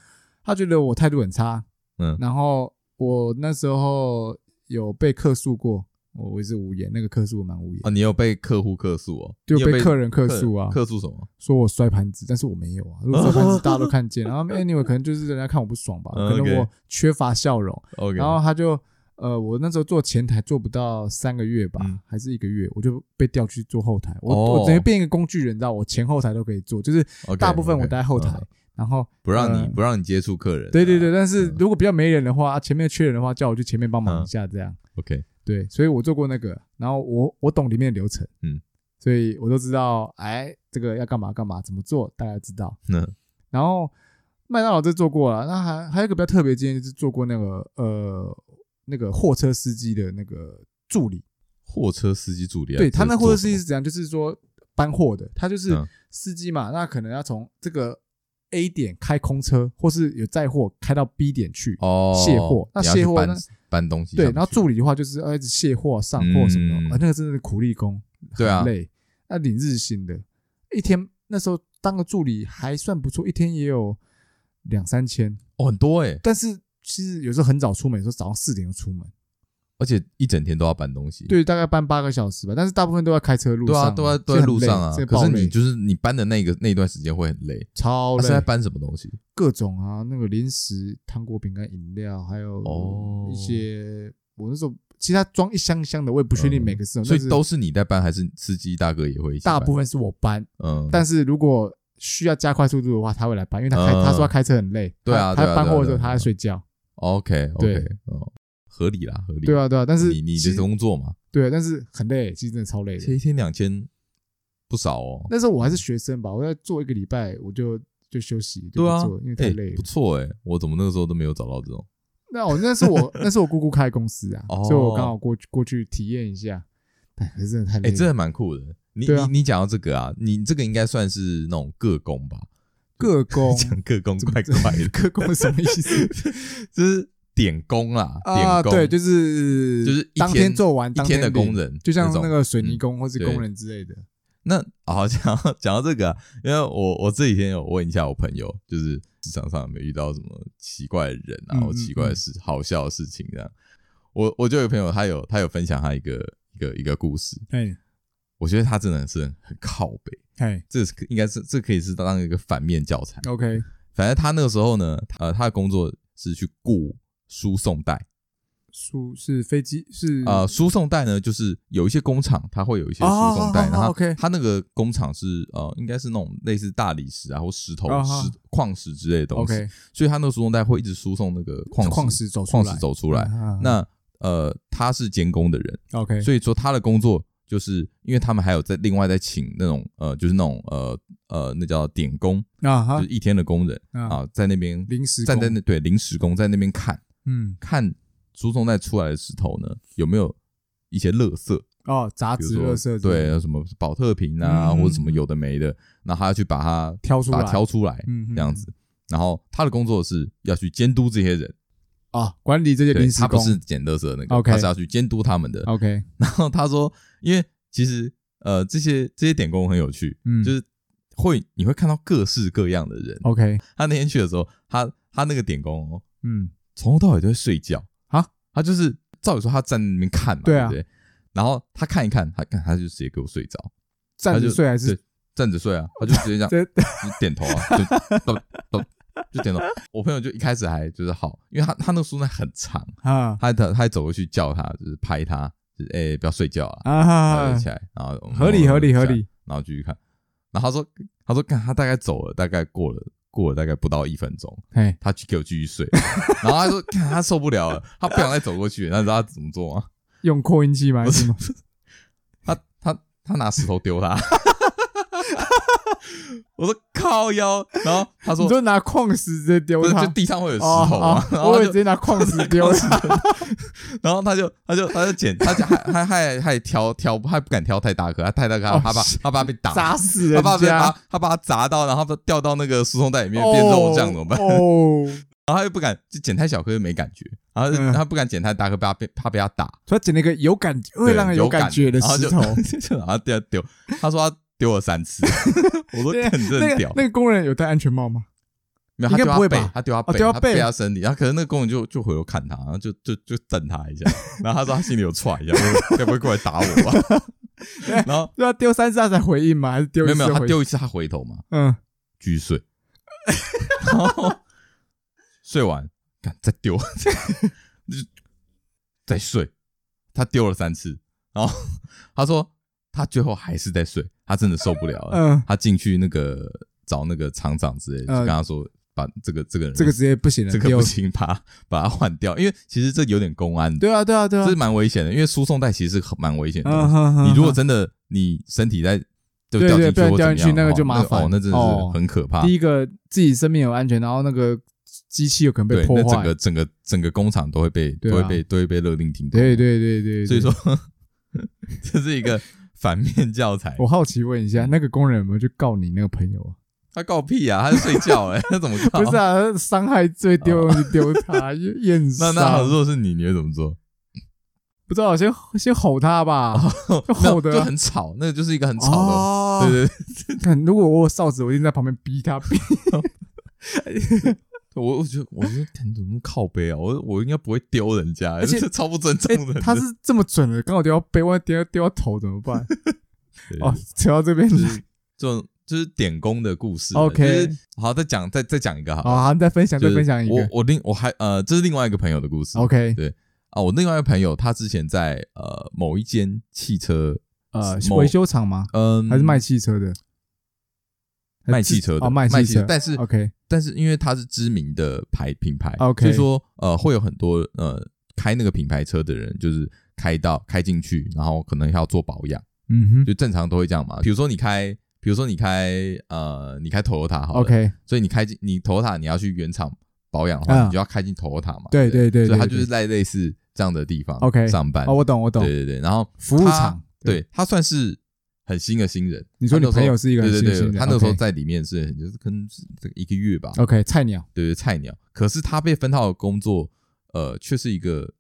B: 他觉得我态度很差，
A: 嗯
B: 然后我那时候有被客诉过，我我也是无言，那个客诉我蛮无言
A: 啊，，你有被客户客诉哦？
B: 就
A: 你有
B: 被
A: 被
B: 客人客诉啊，
A: 客诉什么？
B: 说我摔盘子，但是我没有啊，如果摔盘子大家都看见，然 后 anyway 可能就是人家看我不爽吧，
A: 嗯
B: 可能
A: OK
B: 我缺乏笑容，
A: OK，
B: 然后他就呃，我那时候做前台做不到三个月吧，
A: 嗯
B: 还是一个月，我就被调去做后台，我、
A: 哦
B: 我直接变一个工具人，你知道，我前后台都可以做，就是
A: OK，
B: 大部分我
A: OK，
B: 待后台，
A: 嗯
B: 然后
A: 不让你
B: 呃
A: 不让你接触客人啊。
B: 对对对，但是
A: 嗯
B: 如果比较没人的话，啊前面缺人的话，叫我去前面帮忙
A: 嗯
B: 一下这样。
A: ，OK，
B: 对，所以我做过那个，然后我我懂里面的流程，
A: 嗯，
B: 所以我都知道，哎，这个要干嘛干嘛，怎么做，大概知道。
A: 那
B: 然后麦当劳这做过了，那还还有一个比较特别的经验就是做过那个呃那个货车司机的那个助理，
A: 货车司机助理啊，
B: 对他那货车司机
A: 是
B: 是怎样？就是说搬货的，他就是
A: 嗯
B: 司机嘛，那可能要从这个 A 点开空车，或是有载货开到 B 点去。
A: 哦
B: 卸货那
A: 你要去
B: 卸货
A: 搬
B: 呢
A: 搬东西上
B: 对，
A: 去，
B: 然后助理的话就是要一直卸货、上货什么的，
A: 嗯
B: 啊，那个真的是苦力工，
A: 对啊
B: 很累，那领日薪的，一天那时候当个助理还算不错，一天也有两三千，
A: 哦很多哎，
B: 但是其实有时候很早出门，有时候早上四点就出门，
A: 而且一整天都要搬东西。
B: 对，大概搬八个小时吧，但是大部分都在开车路
A: 对
B: 上
A: 啊，
B: 啊，
A: 都在都在路上啊
B: 所以很累所以。
A: 可
B: 爆
A: 是
B: 累
A: 你就是你搬的那个那一段时间会很累，啊
B: 超
A: 他是在
B: 累，
A: 搬什么东西？
B: 各种啊，那个零食、糖果、饼干、饮料，还有
A: 哦
B: 一些，我那时候其实他装一箱一箱的，我也不确定
A: 嗯
B: 每个是什么，
A: 所
B: 但
A: 以
B: 是
A: 都是你在搬，还是司机大哥也会一起
B: 大
A: 搬？
B: 部分是我搬，
A: 嗯，
B: 但是如果需要加快速度的话，他会来搬，因为他开
A: 嗯
B: 他说他开车很累，
A: 对啊
B: 他
A: 对啊
B: 他搬货的时候
A: 对啊对啊
B: 他在睡觉，
A: OK
B: 对
A: OK，哦，合理啦，合理。
B: 对，啊对啊，但是
A: 你你
B: 其
A: 的
B: 实
A: 工作嘛，
B: 对，但是很累，其实真的超累的
A: 其。实一天两千不少哦。
B: 那时候我还是学生吧，我在做一个礼拜，我就就休息，就
A: 对
B: 不
A: 啊
B: 做，因为，太
A: 哎
B: 累，了
A: 不。错哎，我怎么那个时候都没有找到这种？
B: 那我那是我那是我姑姑开公司啊，
A: 哦
B: 所以我刚好过去过去体验一下，但可是真的太累
A: 哎，
B: 了。
A: 这还蛮酷的。你
B: 嗯对啊
A: 你你讲到这个啊，你这个应该算是那种个工吧？
B: 个工
A: 讲个工怪怪的，
B: 个工是什么意思
A: 就是点工啦，
B: 啊？
A: 点工
B: 对，就是
A: 就是一天
B: 当天做完
A: 一天的
B: 当领
A: 工人
B: 就像
A: 那种嗯
B: 那个水泥工或是
A: 对
B: 工人之类的。
A: 那好，讲到讲到这个啊、因为我我这几天有问一下我朋友，就是职场上有没有遇到什么奇怪的人啊，
B: 嗯
A: 或奇怪的事、好笑的事情这样。我我就有朋友，他有他有分享他一个一个一个故事，
B: 哎
A: 我觉得他真的是很靠北，
B: 哎
A: 这是应该是这可以是当一个反面教材。
B: ，OK，
A: 反正他那个时候呢，呃，他的工作是去雇输送带，
B: 输是飞机是
A: 呃，输送带呢，就是有一些工厂它会有一些
B: 哦
A: 输送带，
B: 哦哦
A: 然后
B: OK
A: 它那个工厂是呃，应该是那种类似大理石啊或石头、
B: 哦
A: 石
B: 哦
A: 矿石之类的东西
B: OK 哦
A: 所以它那个输送带会一直输送那个矿
B: 矿
A: 石
B: 石走出
A: 矿
B: 来，
A: 石走出来。
B: 啊
A: 那呃，他是监工的人，
B: OK，
A: 所以说他的工作就是因为他们还有在另外在请那种呃，就是那种呃呃，那叫点工，
B: 那哈
A: 就是一天的工人
B: 啊
A: 啊，在那边
B: 临时
A: 站在
B: 工
A: 那对临时工在那边看。
B: 嗯
A: 看输送带出来的石头呢，有没有一些垃圾，
B: 哦杂
A: 比
B: 质
A: 如
B: 垃
A: 说
B: 圾
A: 对什么保特瓶啊，
B: 嗯
A: 或者什么有的没的，然后他要去把它
B: 挑出
A: 把
B: 来
A: 它挑出来，
B: 嗯
A: 这样
B: 嗯
A: 子。然后他的工作是要去监督这些人，
B: 啊管理这些
A: 对
B: 临时
A: 他不
B: 工
A: 是捡垃圾的那个，
B: OK
A: 他是要去监督他们的。
B: OK
A: 然后他说，因为其实呃这些这些点工很有趣，
B: 嗯哦
A: 就是会你会看到各式各样的人。
B: OK
A: 他那天去的时候，他他那个点工哦，
B: 嗯
A: 从头到尾都在睡觉
B: 啊。
A: 他就是照理说他站在那边看嘛，
B: 对啊
A: 不对？然后他看一看，他看他就直接给我睡着，
B: 站
A: 他
B: 着
A: 就
B: 睡还是
A: 对站着睡啊，他就直接这样
B: 这
A: 就点头啊，就咚咚就点头。我朋友就一开始还就是好，因为他他那个书呢很长，
B: 啊
A: 他还他还走过去叫他，就是拍他，就是哎、不要睡觉啊，他
B: 啊
A: 就起来，然后我们
B: 合理合理
A: 就
B: 合
A: 起来
B: 理，
A: 然后继续看。然后他说他说看他大概走了，大概过了过了大概不到一分钟，
B: 哎
A: 他去给我继续睡， 然后他说看他受不了了，他不想再走过去了，那你知道他怎么做吗？
B: 用扩音器吗？还
A: 不
B: 是
A: 是
B: 吗？
A: 他他他拿石头丢他，我说靠靠腰。然后他说
B: 你，就拿矿石直接丢
A: 不是，
B: 他
A: 就，地上会有石
B: 哦
A: 头啊
B: 哦，
A: 然
B: 我
A: 后
B: 以为
A: 他
B: 直
A: 就
B: 接拿矿石 丢
A: 拿
B: 他，
A: 然后他就他就他就捡，他就还还还还挑挑，他不敢挑太大颗，他太大颗
B: 哦
A: 他怕
B: 是
A: 他怕被打，
B: 砸死
A: 他
B: 人
A: 怕被
B: 家，
A: 他他把他砸到，然后他掉到那个输送带里面变肉酱怎么办？
B: 哦，
A: 然后他又不敢就捡太小颗又没感觉，然后
B: 嗯
A: 他不敢捡太大颗，怕被怕被他打，
B: 所以他捡了一个有感觉，会
A: 对
B: 让人有感觉的
A: 然后
B: 石
A: 就
B: 头。
A: 就就把他丢丢，他说他丢了三 次，我说
B: 对 啊
A: 很真的
B: 那
A: 很
B: 个
A: 屌，
B: 那个工人有戴安全帽吗？
A: 没有他
B: 应该
A: 丢
B: 不
A: 他
B: 会
A: 背
B: 吧，
A: 他丢他
B: 哦
A: 背，
B: 丢他
A: 他
B: 背
A: 他身体，然后可是那个工人就就回头看他，然后就就就瞪他一下，然后他说他心里有踹一下，我该不会过来打我吧？ 然后
B: 对啊，丢三次他才回应吗？还是丢
A: 没
B: 一
A: 有
B: 次
A: 没有，他
B: 回
A: 丢一次他回头嘛，
B: 嗯，
A: 继续 睡，然后睡完，干再丢， 就再睡，他丢了三次，然后他说他最后还是在睡，他真的受不了了，
B: 嗯
A: 他进去那个找那个厂长之类的，就
B: 嗯
A: 跟他说把这个这个人
B: 这个职业不行了，
A: 这个
B: 丢
A: 不行，把它把它换掉，因为其实这有点公安，
B: 对啊对啊对啊
A: 这是，蛮危险的，因为输送带其实是很蛮危险的东西。
B: 嗯
A: 你如果
B: 真
A: 真的你身体在就
B: 对
A: 掉
B: 对
A: 进去
B: 不然
A: 或
B: 掉
A: 怎么
B: 进去
A: 样
B: 那
A: 的话，
B: 个就麻烦
A: 哦，那真的
B: 哦
A: 是很可怕。
B: 第一个自己生命有安全，然后那个机器有可能被
A: 对，
B: 破
A: 那整
B: 坏，
A: 个整个整个工厂都会被
B: 对
A: 都
B: 啊
A: 会被都会被勒令停工。
B: 对对对对，对
A: 所以说这是一个反面教材。
B: 我好奇问一下，那个工人有没有去告你那个朋友啊？
A: 他告屁啊，他在睡觉哎，他 怎么告？
B: 不是啊，伤害最丢的东西丢他，验
A: 那
B: 伤。
A: 那如果是你，你会怎么做？
B: 啊不知道，先先吼他吧，就
A: 没有
B: 吼的
A: 就
B: 啊
A: 很吵，那个就是一哦个很吵
B: 哦
A: 的，对对
B: 对
A: 对
B: 看，如果我有哨子，我一定在旁边逼他，逼
A: 我我觉得我觉得看怎么那么靠背啊，我我应该不会丢人家，
B: 而且 哎
A: 这超不尊重人的。
B: 他是这么准的，刚好丢到背，万一丢到丢到头怎么办？
A: 对
B: 哦，扯到这边
A: 就
B: 来
A: 是，这种就是点工的故事啊。
B: OK
A: 就是好，再讲再再讲一个 好
B: 好，
A: 了，
B: 好再分享，
A: 就
B: 再
A: 是
B: 分享一
A: 我
B: 个。
A: 我另我还呃，这是另外一个朋友的故事
B: OK，
A: 对啊。我另外一个朋友他之前在呃某一间汽车
B: 呃，
A: 某
B: 维修厂吗？
A: 嗯
B: 还是卖汽车的？
A: 卖汽车的
B: 哦，卖汽车。
A: 但是
B: OK，
A: 但是因为它是知名的牌品牌
B: OK
A: 所以说呃会有很多呃开那个品牌车的人，就是开到开进去，然后可能要做保养，
B: 嗯哼
A: 就正常都会这样嘛。比如说你开，比如说你开呃你开 Toyota 好了
B: ，OK，
A: 所以你开进你 Toyota 你要去原厂保养的话，
B: 嗯
A: 你就要开进 Toyota 嘛。
B: 对
A: 不对
B: 对对
A: 所以他
B: 对
A: 就是在类似这样的地方
B: OK
A: 上班。
B: 哦，我懂，我懂
A: 哎对，对对，然后
B: 服务
A: 他
B: 厂
A: 对他算是很新的新人。
B: 你说你朋友是一个
A: 对
B: 很新
A: 对对，
B: 兴的，
A: 他那个时候
B: OK 哦
A: 在里面是就是可能是这个一个月吧，
B: OK 菜鸟
A: 对对，菜鸟。可是他被分到的工作，呃，却是一个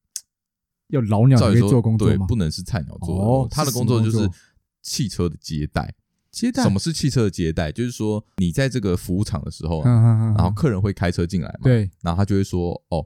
B: 要老鸟
A: 照
B: 才
A: 理
B: 可以
A: 说
B: 做工作
A: 对，
B: 吗？
A: 不能是菜鸟做的
B: 哦
A: 他的
B: 是
A: 工
B: 什么
A: 作就
B: 工
A: 是
B: 作
A: 汽车的接待。
B: 接待
A: 什么是汽车的接待？就是说你在这个服务场的时候
B: 嗯
A: 啊，
B: 嗯嗯，嗯
A: 然后客人会开车进来嘛，
B: 对
A: 然后他就会说：“哦，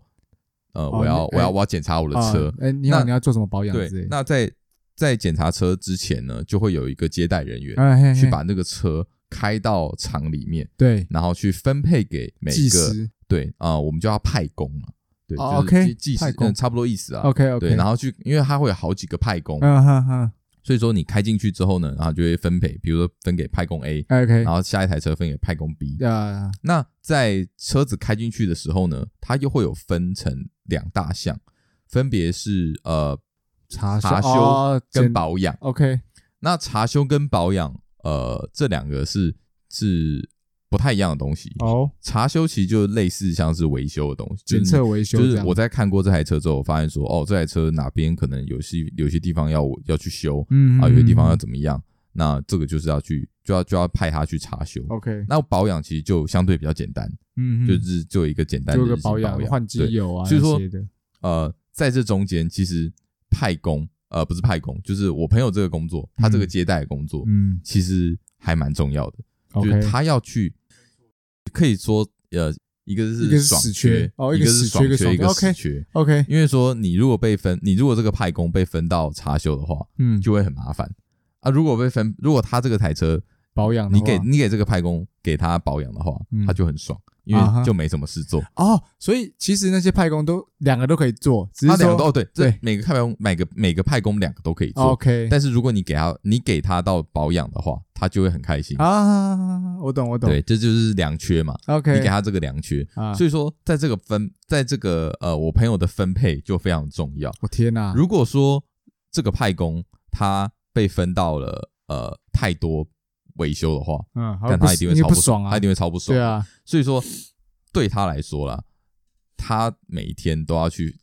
A: 呃，我要
B: 哦你
A: 我要
B: 哎
A: 我要检查我的
B: 啊
A: 车。
B: 哎，你好，
A: 那
B: 你要做什么保”养
A: 对
B: 之类，的？
A: 那在在检查车之前呢，就会有一个接待人员
B: 哎，嘿
A: 去
B: 嘿
A: 把那个车开到厂里面，
B: 对
A: 然后去分配给每
B: 技
A: 个
B: 师
A: 对啊，我们叫他派工啊，对
B: 哦
A: 就是
B: OK，
A: 技技
B: 派
A: 师
B: 工
A: 嗯差不多意思啊。
B: OK OK，
A: 对，然后去，因为他会有好几个派工，
B: 嗯哼哼
A: 所以说你开进去之后呢，然后就会分配，比如说分给派工 A，
B: 哎 OK
A: 然后下一台车分给派工 B。
B: 啊
A: 那在车子开进去的时候呢，它又会有分成两大项，分别是呃
B: 查
A: 查
B: 修
A: 修
B: 哦
A: 跟
B: 检
A: 保养。
B: OK
A: 那查修跟保养，呃，这两个是是不太一样的东西。
B: 哦，
A: 查修其实就类似像是维修的东西，就是
B: 检
A: 你
B: 测维修
A: 就
B: 这
A: 是
B: 样
A: 我在看过这台车之后，我发现说，哦，这台车哪边可能有些有些地方要我要去修
B: 嗯
A: 啊，有些地方要
B: 嗯
A: 怎么样，那这个就是要去就要就要派他去查修
B: 嗯。OK
A: 那保养其实就相对比较简单，
B: 嗯
A: 就
B: 嗯
A: 是就有一个简单的
B: 做个
A: 日期
B: 保养换机
A: 对
B: 油啊
A: 就是
B: 那
A: 说
B: 些的
A: 呃，在这中间其实派工呃不是派工，就是我朋友这个工作，他这个
B: 嗯
A: 接待的工作、
B: 嗯
A: 其实还蛮重要的，就
B: OK
A: 是他要去，可以说呃一个
B: 一个
A: 是
B: 是
A: 爽
B: 死缺哦一
A: 一
B: 个
A: 是
B: 死缺
A: 爽
B: 一个爽
A: 一个
B: 缺
A: 死缺。
B: OK
A: 因为说你如果被分，你如果这个派工被分到查修的话，
B: 嗯
A: 就会很麻烦啊。如果被分，如果他这个台车
B: 保养的
A: 你给
B: 话
A: 你给这个派工给他保养的话，
B: 嗯
A: 他就很爽，因
B: 啊哈
A: 为就没什么事做。
B: 哦，所以其实那些派工都两个都可以做，只
A: 他
B: 是
A: 两
B: 说
A: 个都哦对，这
B: 对哦
A: 每个派工每个每个派工两个都可以做，
B: OK
A: 但是如果你给他你给他到保养的话，他就会很开心。
B: 啊，我懂我懂
A: 对，这就是良缺嘛，
B: OK
A: 你给他这个良缺，
B: 啊，
A: 所以说在这个分，在这个呃我朋友的分配就非常重要。
B: 我天哪，
A: 如果说这个派工他被分到了呃太多维修的话，
B: 嗯，好
A: 但他一定会超
B: 不
A: 爽
B: 爽啊，
A: 他一定会超不爽。
B: 对，啊，
A: 所以说对他来说啦，他每一天都要去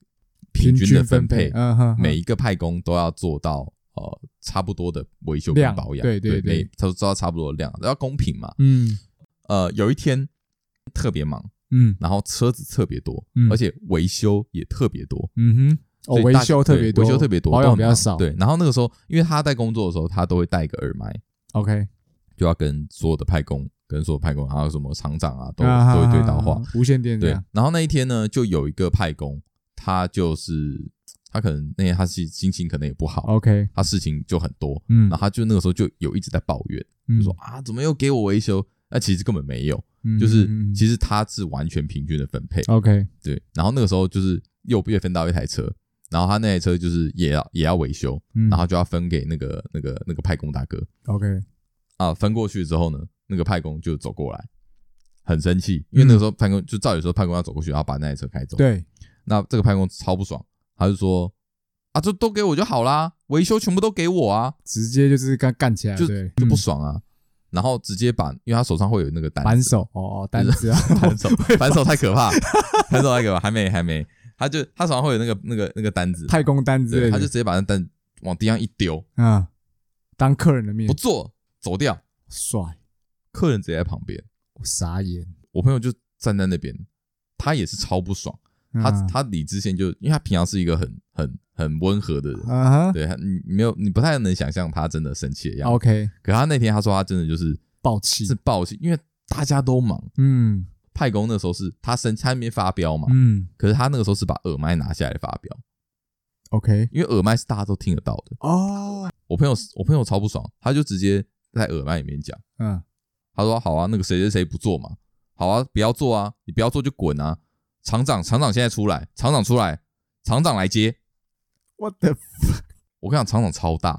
B: 平
A: 均的
B: 分
A: 配，
B: 嗯哼，
A: 每一个派工都要做到呃差不多的维修跟
B: 量
A: 保养，
B: 对对
A: 对
B: 对
A: 每他都知道差不多的量，要公平嘛。
B: 嗯
A: 呃，有一天特别忙，
B: 嗯
A: 然后车子特别多，
B: 嗯
A: 而且维修也特别多。
B: 嗯哼，哦，
A: 所以
B: 维
A: 大家
B: 修特
A: 对
B: 别多，
A: 维修特别多，
B: 保
A: 都
B: 养
A: 很
B: 比较
A: 忙
B: 少，
A: 对，然后那个时候，因为他在工作的时候，他都会带一个耳麦，
B: ，OK，
A: 就要跟所有的派工、跟所有派工，还有什么厂长啊，都、
B: 啊
A: 都会对到话。，
B: 无线电这
A: 对
B: 样，，
A: 然后那一天呢，就有一个派工，他就是他可能那天他是心情可能也不好，
B: ，OK，
A: 他事情就很多，
B: 哦嗯，
A: 然后他就那个时候就有一直在抱怨，
B: 就
A: 就说啊，怎么又给我维修？那其实根本没有，
B: 嗯
A: 就是
B: 嗯嗯嗯
A: 其实他是完全平均的分配，
B: OK，
A: 对。然后那个时候就是又被分到一台车，然后他那台车就是也要也要维修，
B: 嗯
A: 然后就要分给那个那个那个派工大哥
B: OK，
A: 啊。分过去之后呢，那个派工就走过来，很生气，因为那个时候派工就照理说派工要走过去，然后把那台车开走。，
B: 对，
A: 那这个派工超不爽，他就说啊，这都给我就好啦，维修全部都给我啊，
B: 直接就是干干起来，
A: 就
B: 对，
A: 就不
B: 嗯
A: 爽啊。然后直接把，因为他手上会有那个单
B: 扳
A: 子，
B: 手，哦哦，单子啊，
A: 反手，反手太可怕，反手太可怕，还没还没，他就他手上会有那个那个那个单子，
B: 太空单之类的，
A: 对，他就直接把那单往地上一丢，
B: 啊，当客人的面
A: 不做，走掉。
B: 帅，
A: 客人直接在旁边，
B: 我傻眼，
A: 我朋友就站在那边，他也是超不爽，他
B: 嗯
A: 他理智线就，因为他平常是一个很很很温和的人，
B: 啊哈
A: 对，他你你没有你不太能想象他真的生气的样子。
B: ，OK，
A: 可他那天他说他真的就是
B: 暴气
A: 是，暴气，因为大家都忙，
B: 嗯
A: 派工那时候是他生他在那边发飙嘛，
B: 嗯
A: 可是他那个时候是把耳麦拿下来发飙，
B: ，OK，
A: 因为耳麦是大家都听得到的。
B: 哦，
A: 我朋友我朋友超不爽，他就直接在耳麦里面讲，
B: 嗯
A: 他说好啊，那个谁谁谁不做嘛，好啊，不要做啊，你不要做就滚啊，厂长厂长现在出来，厂长出来，厂长来接。
B: ，What the，
A: 我跟你讲，厂长超大，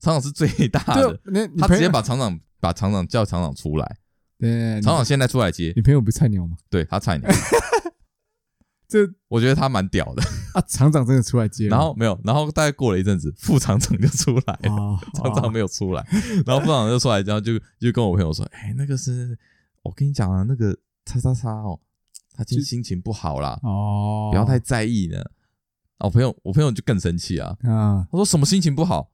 A: 厂长是最大的
B: 对，，那你
A: 他
B: 朋
A: 直接
B: 友
A: 把厂长把厂长叫厂长出来，
B: 对对对
A: 厂长现在出来接，
B: 你朋友不是菜鸟吗？
A: 对他菜 鸟，
B: 这
A: 我觉得他蛮屌的。
B: 啊，厂长真的出来接了，哦
A: 然后没有，然后大概过了一阵子，副厂长就出来 了。
B: 啊，
A: 厂长没有出来，然后部长就出来，然后就就跟我朋友说：“哎、那个是，我跟你讲啊，那个叉叉叉哦，他今天心情不好啦，
B: 哦，
A: 不要太在意呢。”啊，我朋友，我朋友就更生气啊，
B: 啊
A: 他说：“什么心情不好？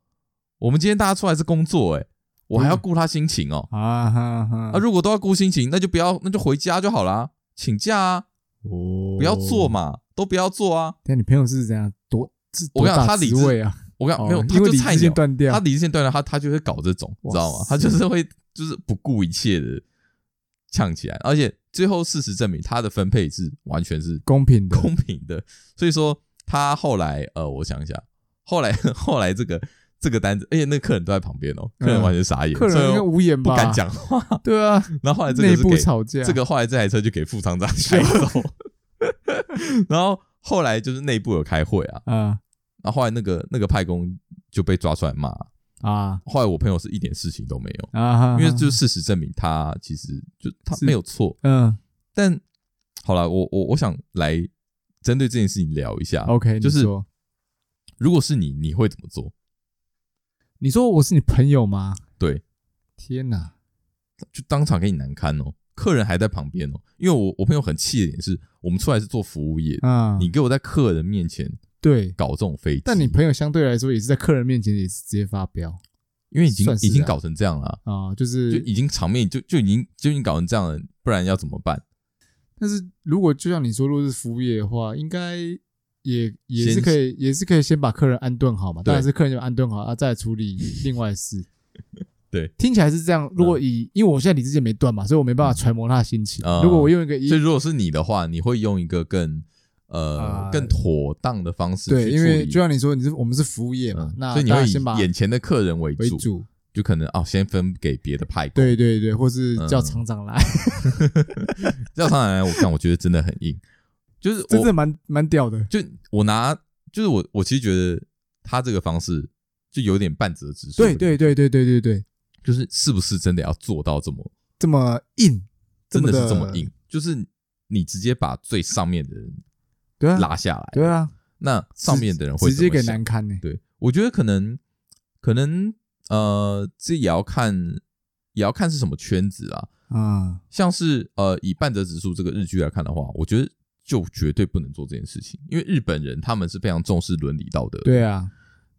A: 我们今天大家出来是工作、欸，我还要顾他心情哦。
B: 啊哈哈
A: 啊，，如果都要顾心情，那就不要，那就回家就好啦，请假啊，
B: 哦
A: 不要做。嘛，都不要做啊。
B: 但你朋友是怎样多？是
A: 我
B: 多
A: 跟你讲
B: 大
A: 他理
B: 职
A: 智
B: 位啊，
A: 我跟你讲，没有，
B: 哦
A: 他
B: 因为
A: 就
B: 理
A: 菜
B: 智线
A: 鸟，
B: 断掉
A: 他，理智线断了，他他就会搞这种，你
B: 哇
A: 知道吗？
B: 塞
A: 他就是会就是不顾一切的呛起来，而且最后事实证明他的分配是完全是
B: 公平的，
A: 公平的，所以说他后来呃，我想一下，后来 后来这个这个单子，而且那个客人都在旁边哦，
B: 嗯
A: 客人完全傻眼，
B: 客人应该
A: 所以
B: 无言
A: 不
B: 吧？
A: 敢，讲话，
B: 对啊，
A: 然后后来这个
B: 内
A: 是
B: 部
A: 给
B: 吵架，
A: 这个后来这台车就给副厂长 开走， 然后后来就是内部有开会啊，
B: 啊
A: 然后后来那个那个派工就被抓出来骂。
B: 啊
A: 后来我朋友是一点事情都没有，
B: 啊，
A: 因为就事实证明他其实就他
B: 是
A: 没有错。
B: 嗯
A: 但好了，我我我想来针对这件事情聊一下。
B: ，OK，
A: 就
B: 你
A: 是
B: 说
A: 如果是你，你会怎么做？
B: 你说我是你朋友吗？
A: 对，
B: 天哪，
A: 就当场给你难堪哦，客人还在旁边哦。因为我我朋友很气的点是，我们出来是做服务业的，
B: 啊，
A: 你给我在客人面前
B: 对，
A: 搞这种飞机，
B: 但你朋友相对来说也是在客人面前也是直接发飙
A: 因为已经
B: 算是啊
A: 已经搞成这样了啊，
B: 啊，就
A: 就是已经场面就就已经就已经搞成这样了，不然要怎么办？
B: 但是如果就像你说，如果是服务业的话，应该也也是
A: 先
B: 可以，也是可以先把客人安顿好嘛。
A: 对
B: 当然是客人就安顿好啊，再来处理另外的事。
A: 对，
B: 听起来是这样。如果以、因为我现在理智线没断嘛，所以我没办法揣摩他的心情。
A: 嗯
B: 如果我用一个一
A: 所以如果是你的话，你会用一个更呃、
B: 啊
A: 更妥当的方式
B: 对，
A: 去
B: 因
A: 处
B: 为
A: 理。
B: 就像你说，你是我们是服务业嘛，
A: 嗯
B: 那
A: 所以你
B: 当
A: 会
B: 然先把
A: 以眼前的客人为主，
B: 为主。
A: 就可能哦，先分给别的派工。
B: 对，对对，或是叫
A: 嗯
B: 厂长来，
A: 要当然我看我觉得真的很硬，就是
B: 这真
A: 我
B: 的蛮蛮屌的。
A: 就我拿就是我我其实觉得他这个方式就有点半折直树。
B: 对，对对对对对对，
A: 就是是不是真的要做到这么
B: 这么硬，
A: 真
B: 么
A: 的
B: 的
A: 是这么硬？就是你直接把最上面的人
B: 对啊，
A: 拉下来，
B: 对，啊，
A: 那上面的人会
B: 直接
A: 怎么
B: 给
A: 想
B: 难堪呢、
A: 对，我觉得可能可能呃，这也要看也要看是什么圈子啊。
B: 啊，
A: 像是呃，以半泽直树这个日剧来看的话，我觉得就绝对不能做这件事情，因为日本人他们是非常重视伦理道德，
B: 对啊，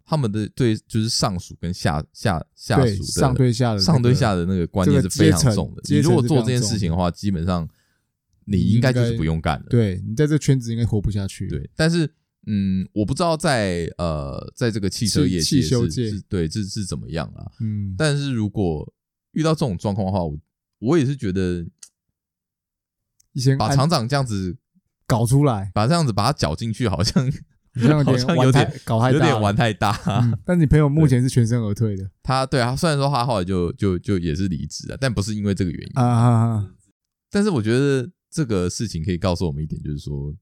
A: 他们的对就是上属跟下下下
B: 对
A: 属的
B: 上对下的
A: 上对下
B: 的，
A: 的那个观念是非常重的。
B: 这个阶层
A: 你如果做这件事情的话，基本上你应该就是不用干了。
B: 对你在这圈子应该活不下去。，
A: 对，但是嗯，我不知道在呃，在这个汽车业
B: 汽汽
A: 界
B: 修
A: 是
B: 界
A: 是对这是怎么样啊？
B: 嗯，
A: 但是如果遇到这种状况的话，我我也是觉得
B: 以前
A: 把
B: 按
A: 厂长这样子
B: 搞出 来，
A: 把这样子把他搅进去，好像
B: 好像有
A: 好
B: 点
A: 像
B: 玩
A: 有
B: 太
A: 点
B: 搞太
A: 有
B: 大
A: 点
B: 了
A: 玩啊太大。
B: 嗯但你朋友目前是全身而退的
A: 他对他虽然说他后来就就就也是离职了，但不是因为这个原因。
B: 啊哈哈，
A: 但是我觉得这个事情可以告诉我们一点，就是说，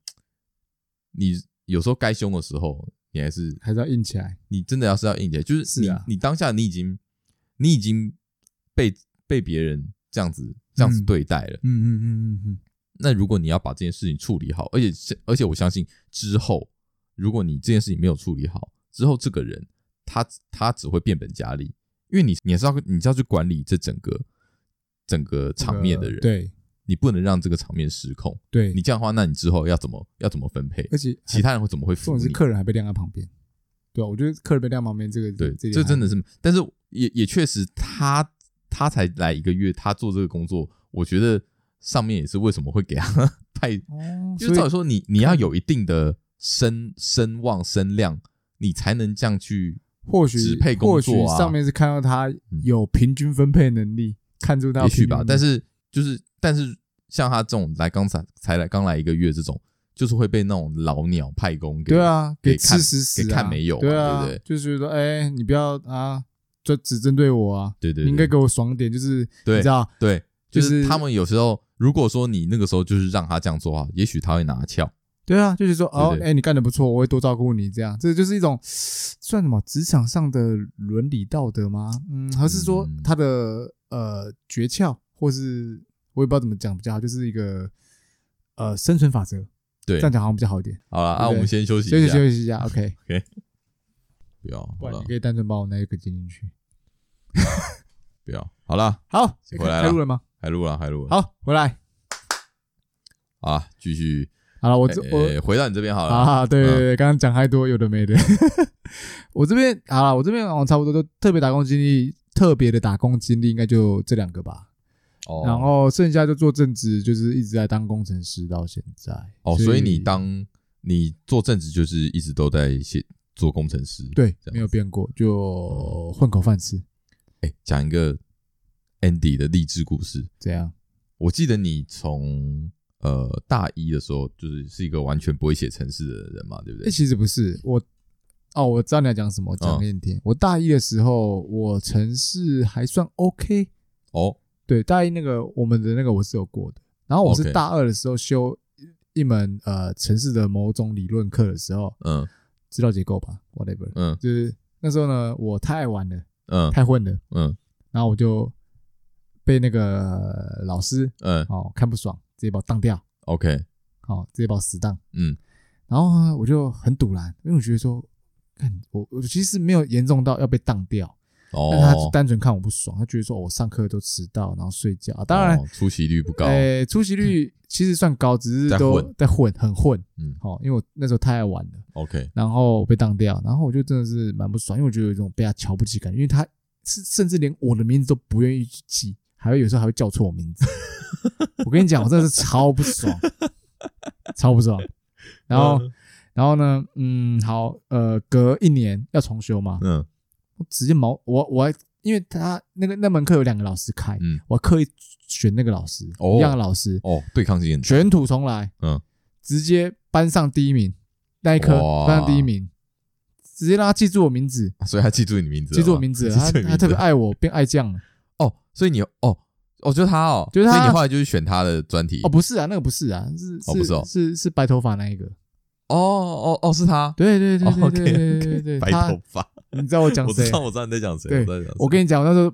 A: 你有时候该凶的时候，你还是
B: 还是要硬起来。
A: 你真的要是要硬起来，就是你
B: 是啊
A: 你当下你已经你已经被被别人这样子这样子
B: 嗯
A: 对待了。
B: 嗯嗯嗯嗯嗯，
A: 那如果你要把这件事情处理好，而且是而且我相信之后，如果你这件事情没有处理好，之后这个人他他只会变本加厉，因为你你还是要你是要去管理这整个整个
B: 这
A: 场面
B: 个
A: 的人，
B: 对
A: 你不能让这个场面失控。
B: 对，
A: 你这样的话，那你之后要怎么要怎么分配？
B: 而且
A: 其他人会怎么会
B: 重
A: 服
B: 点呃是
A: 你？
B: 客人还被晾在旁边，对吧？啊我觉得客人被晾旁边这个，
A: 对，
B: 这
A: 这真
B: 的
A: 的是，但是也也确实他，他才来一个月，他做这个工作，我觉得上面也是为什么会给他 派，
B: 哦，
A: 就是照
B: 所
A: 理
B: 以
A: 说你你要有一定的声声望声量，你才能这样去
B: 或许
A: 指配工
B: 或许
A: 作啊嗯
B: 上面是看到他有平均分配能力，看出他有
A: 也许
B: 平均
A: 吧。
B: 分配
A: 但是就是但是像他这种来刚才才来刚来一个月这种，就是会被那种老鸟派工给
B: 对啊，
A: 给
B: 给
A: 看
B: 吃死死啊，
A: 给看没有嘛
B: 对啊，
A: 对不
B: 就是说，哎，你不要啊，就只针对我啊，
A: 对对
B: 你应该
A: 对
B: 给我爽点，就是你
A: 对
B: 知道，
A: 对，
B: 就
A: 就是
B: 是
A: 他们有时候，如果说你那个时候就是让他这样做啊，也许他会拿翘。
B: 对啊，就是说，哦
A: 对，对
B: 哎，你干的不错，我会多照顾你，这样，这就是一种算什么职场上的伦理道德吗？嗯，还是说
A: 嗯
B: 他的呃诀窍，或是我也不知道怎么讲比较好，就是一个呃生存法则，
A: 对
B: 这，样讲好像比较好一点。
A: 好了，那、
B: 对不对
A: 我们先休息
B: 休
A: 一
B: 息
A: 下，
B: 休息一下，OK，
A: 不要，
B: 不
A: 好
B: 然
A: 了
B: 你可，以单纯把我那个剪进去。
A: 不要，好了，
B: 好，
A: 回来了
B: 开录了吗？
A: 还录了，还录了，
B: 好，回来。
A: 啊，继续，
B: 好了，我这我
A: 呃，回到你这边好了，
B: 啊，对对对，刚刚讲太多有的没的。 我这边好了，我这边好像差不多就特别打工经历，特别的打工经历应该就这两个吧。
A: 哦，
B: 然后剩下就做正职，就是一直在当工程师到现在。
A: 哦，所以你当你做正职就是一直都在写做工程师，，
B: 对
A: 这样
B: 没有变过，就混口饭吃
A: 哎、讲一个 Andy 的励志故事，
B: 这样。
A: 我记得你从呃大一的时候就是是一个完全不会写程式的人嘛，对不
B: 哎、
A: 对？
B: 其实不是我，哦，我知道你要讲什么，我
A: 哦
B: 讲给你听。我大一的时候，我城市还算 OK，
A: 哦，
B: 对，大一那个我们的那个我是有过的。然后我是
A: OK
B: 大二的时候修一门呃城市的某种理论课的时候，
A: 嗯
B: 知道结构吧，whatever，
A: 嗯
B: 就是那时候呢，我太爱玩了，
A: 嗯
B: 太混了，
A: 嗯
B: 然后我就被那个老师
A: 嗯
B: 哦看不爽，直接把我当掉，
A: ，OK，
B: 哦直接把我死当。
A: 嗯
B: 然后呢，我就很堵然，因为我觉得说，看我我其实没有严重到要被当掉，但他
A: 哦
B: 就，单纯看我不爽，他觉得说、哦我上课都迟到，然后睡觉，啊当然
A: 哦、出席率不高，
B: 诶，哎出席率其实算高，只是都在混，很混。
A: 嗯
B: 嗯，好，因为我那时候太爱玩了，
A: OK，
B: 然后我被当掉，然后我就真的是蛮不爽，因为我觉得有一种被他瞧不起感觉，因为他是甚至连我的名字都不愿意去记，还会有时候还会叫错我名字。我跟你讲，我真的是超不爽，超不爽。然后，
A: 嗯
B: 然后呢，嗯，好，呃，隔一年要重修嘛，
A: 嗯
B: 我直接毛，我我还因为他那个那门课有两个老师开，
A: 嗯
B: 我刻意选那个老师，一
A: 哦
B: 样的老师，
A: 哦，对抗性很强，
B: 卷土重来，
A: 嗯，
B: 直接班上第一名，那一科
A: 哇
B: 班上第一名，直接让他记住我名字，
A: 所以他记住你名字了吗，
B: 记住我名字了，他
A: 记住你
B: 他
A: 名
B: 特
A: 字
B: 别
A: 了
B: 爱我，变爱酱了。
A: 哦，所以你哦哦，就是他哦，
B: 就是他
A: 所以你后来就是选他的专题
B: 哦，不是啊，那个不是啊，是
A: 哦不是哦
B: 是是是白头发那一个，
A: 哦哦哦，是他，
B: 对对对
A: 哦
B: 对
A: OK，
B: 对对对对，
A: 白
B: 他
A: 头，发，
B: 你知道我讲
A: 我
B: 谁
A: 知道？我知道你在讲谁，
B: 对
A: 我在讲谁，
B: 我跟你讲，我那时候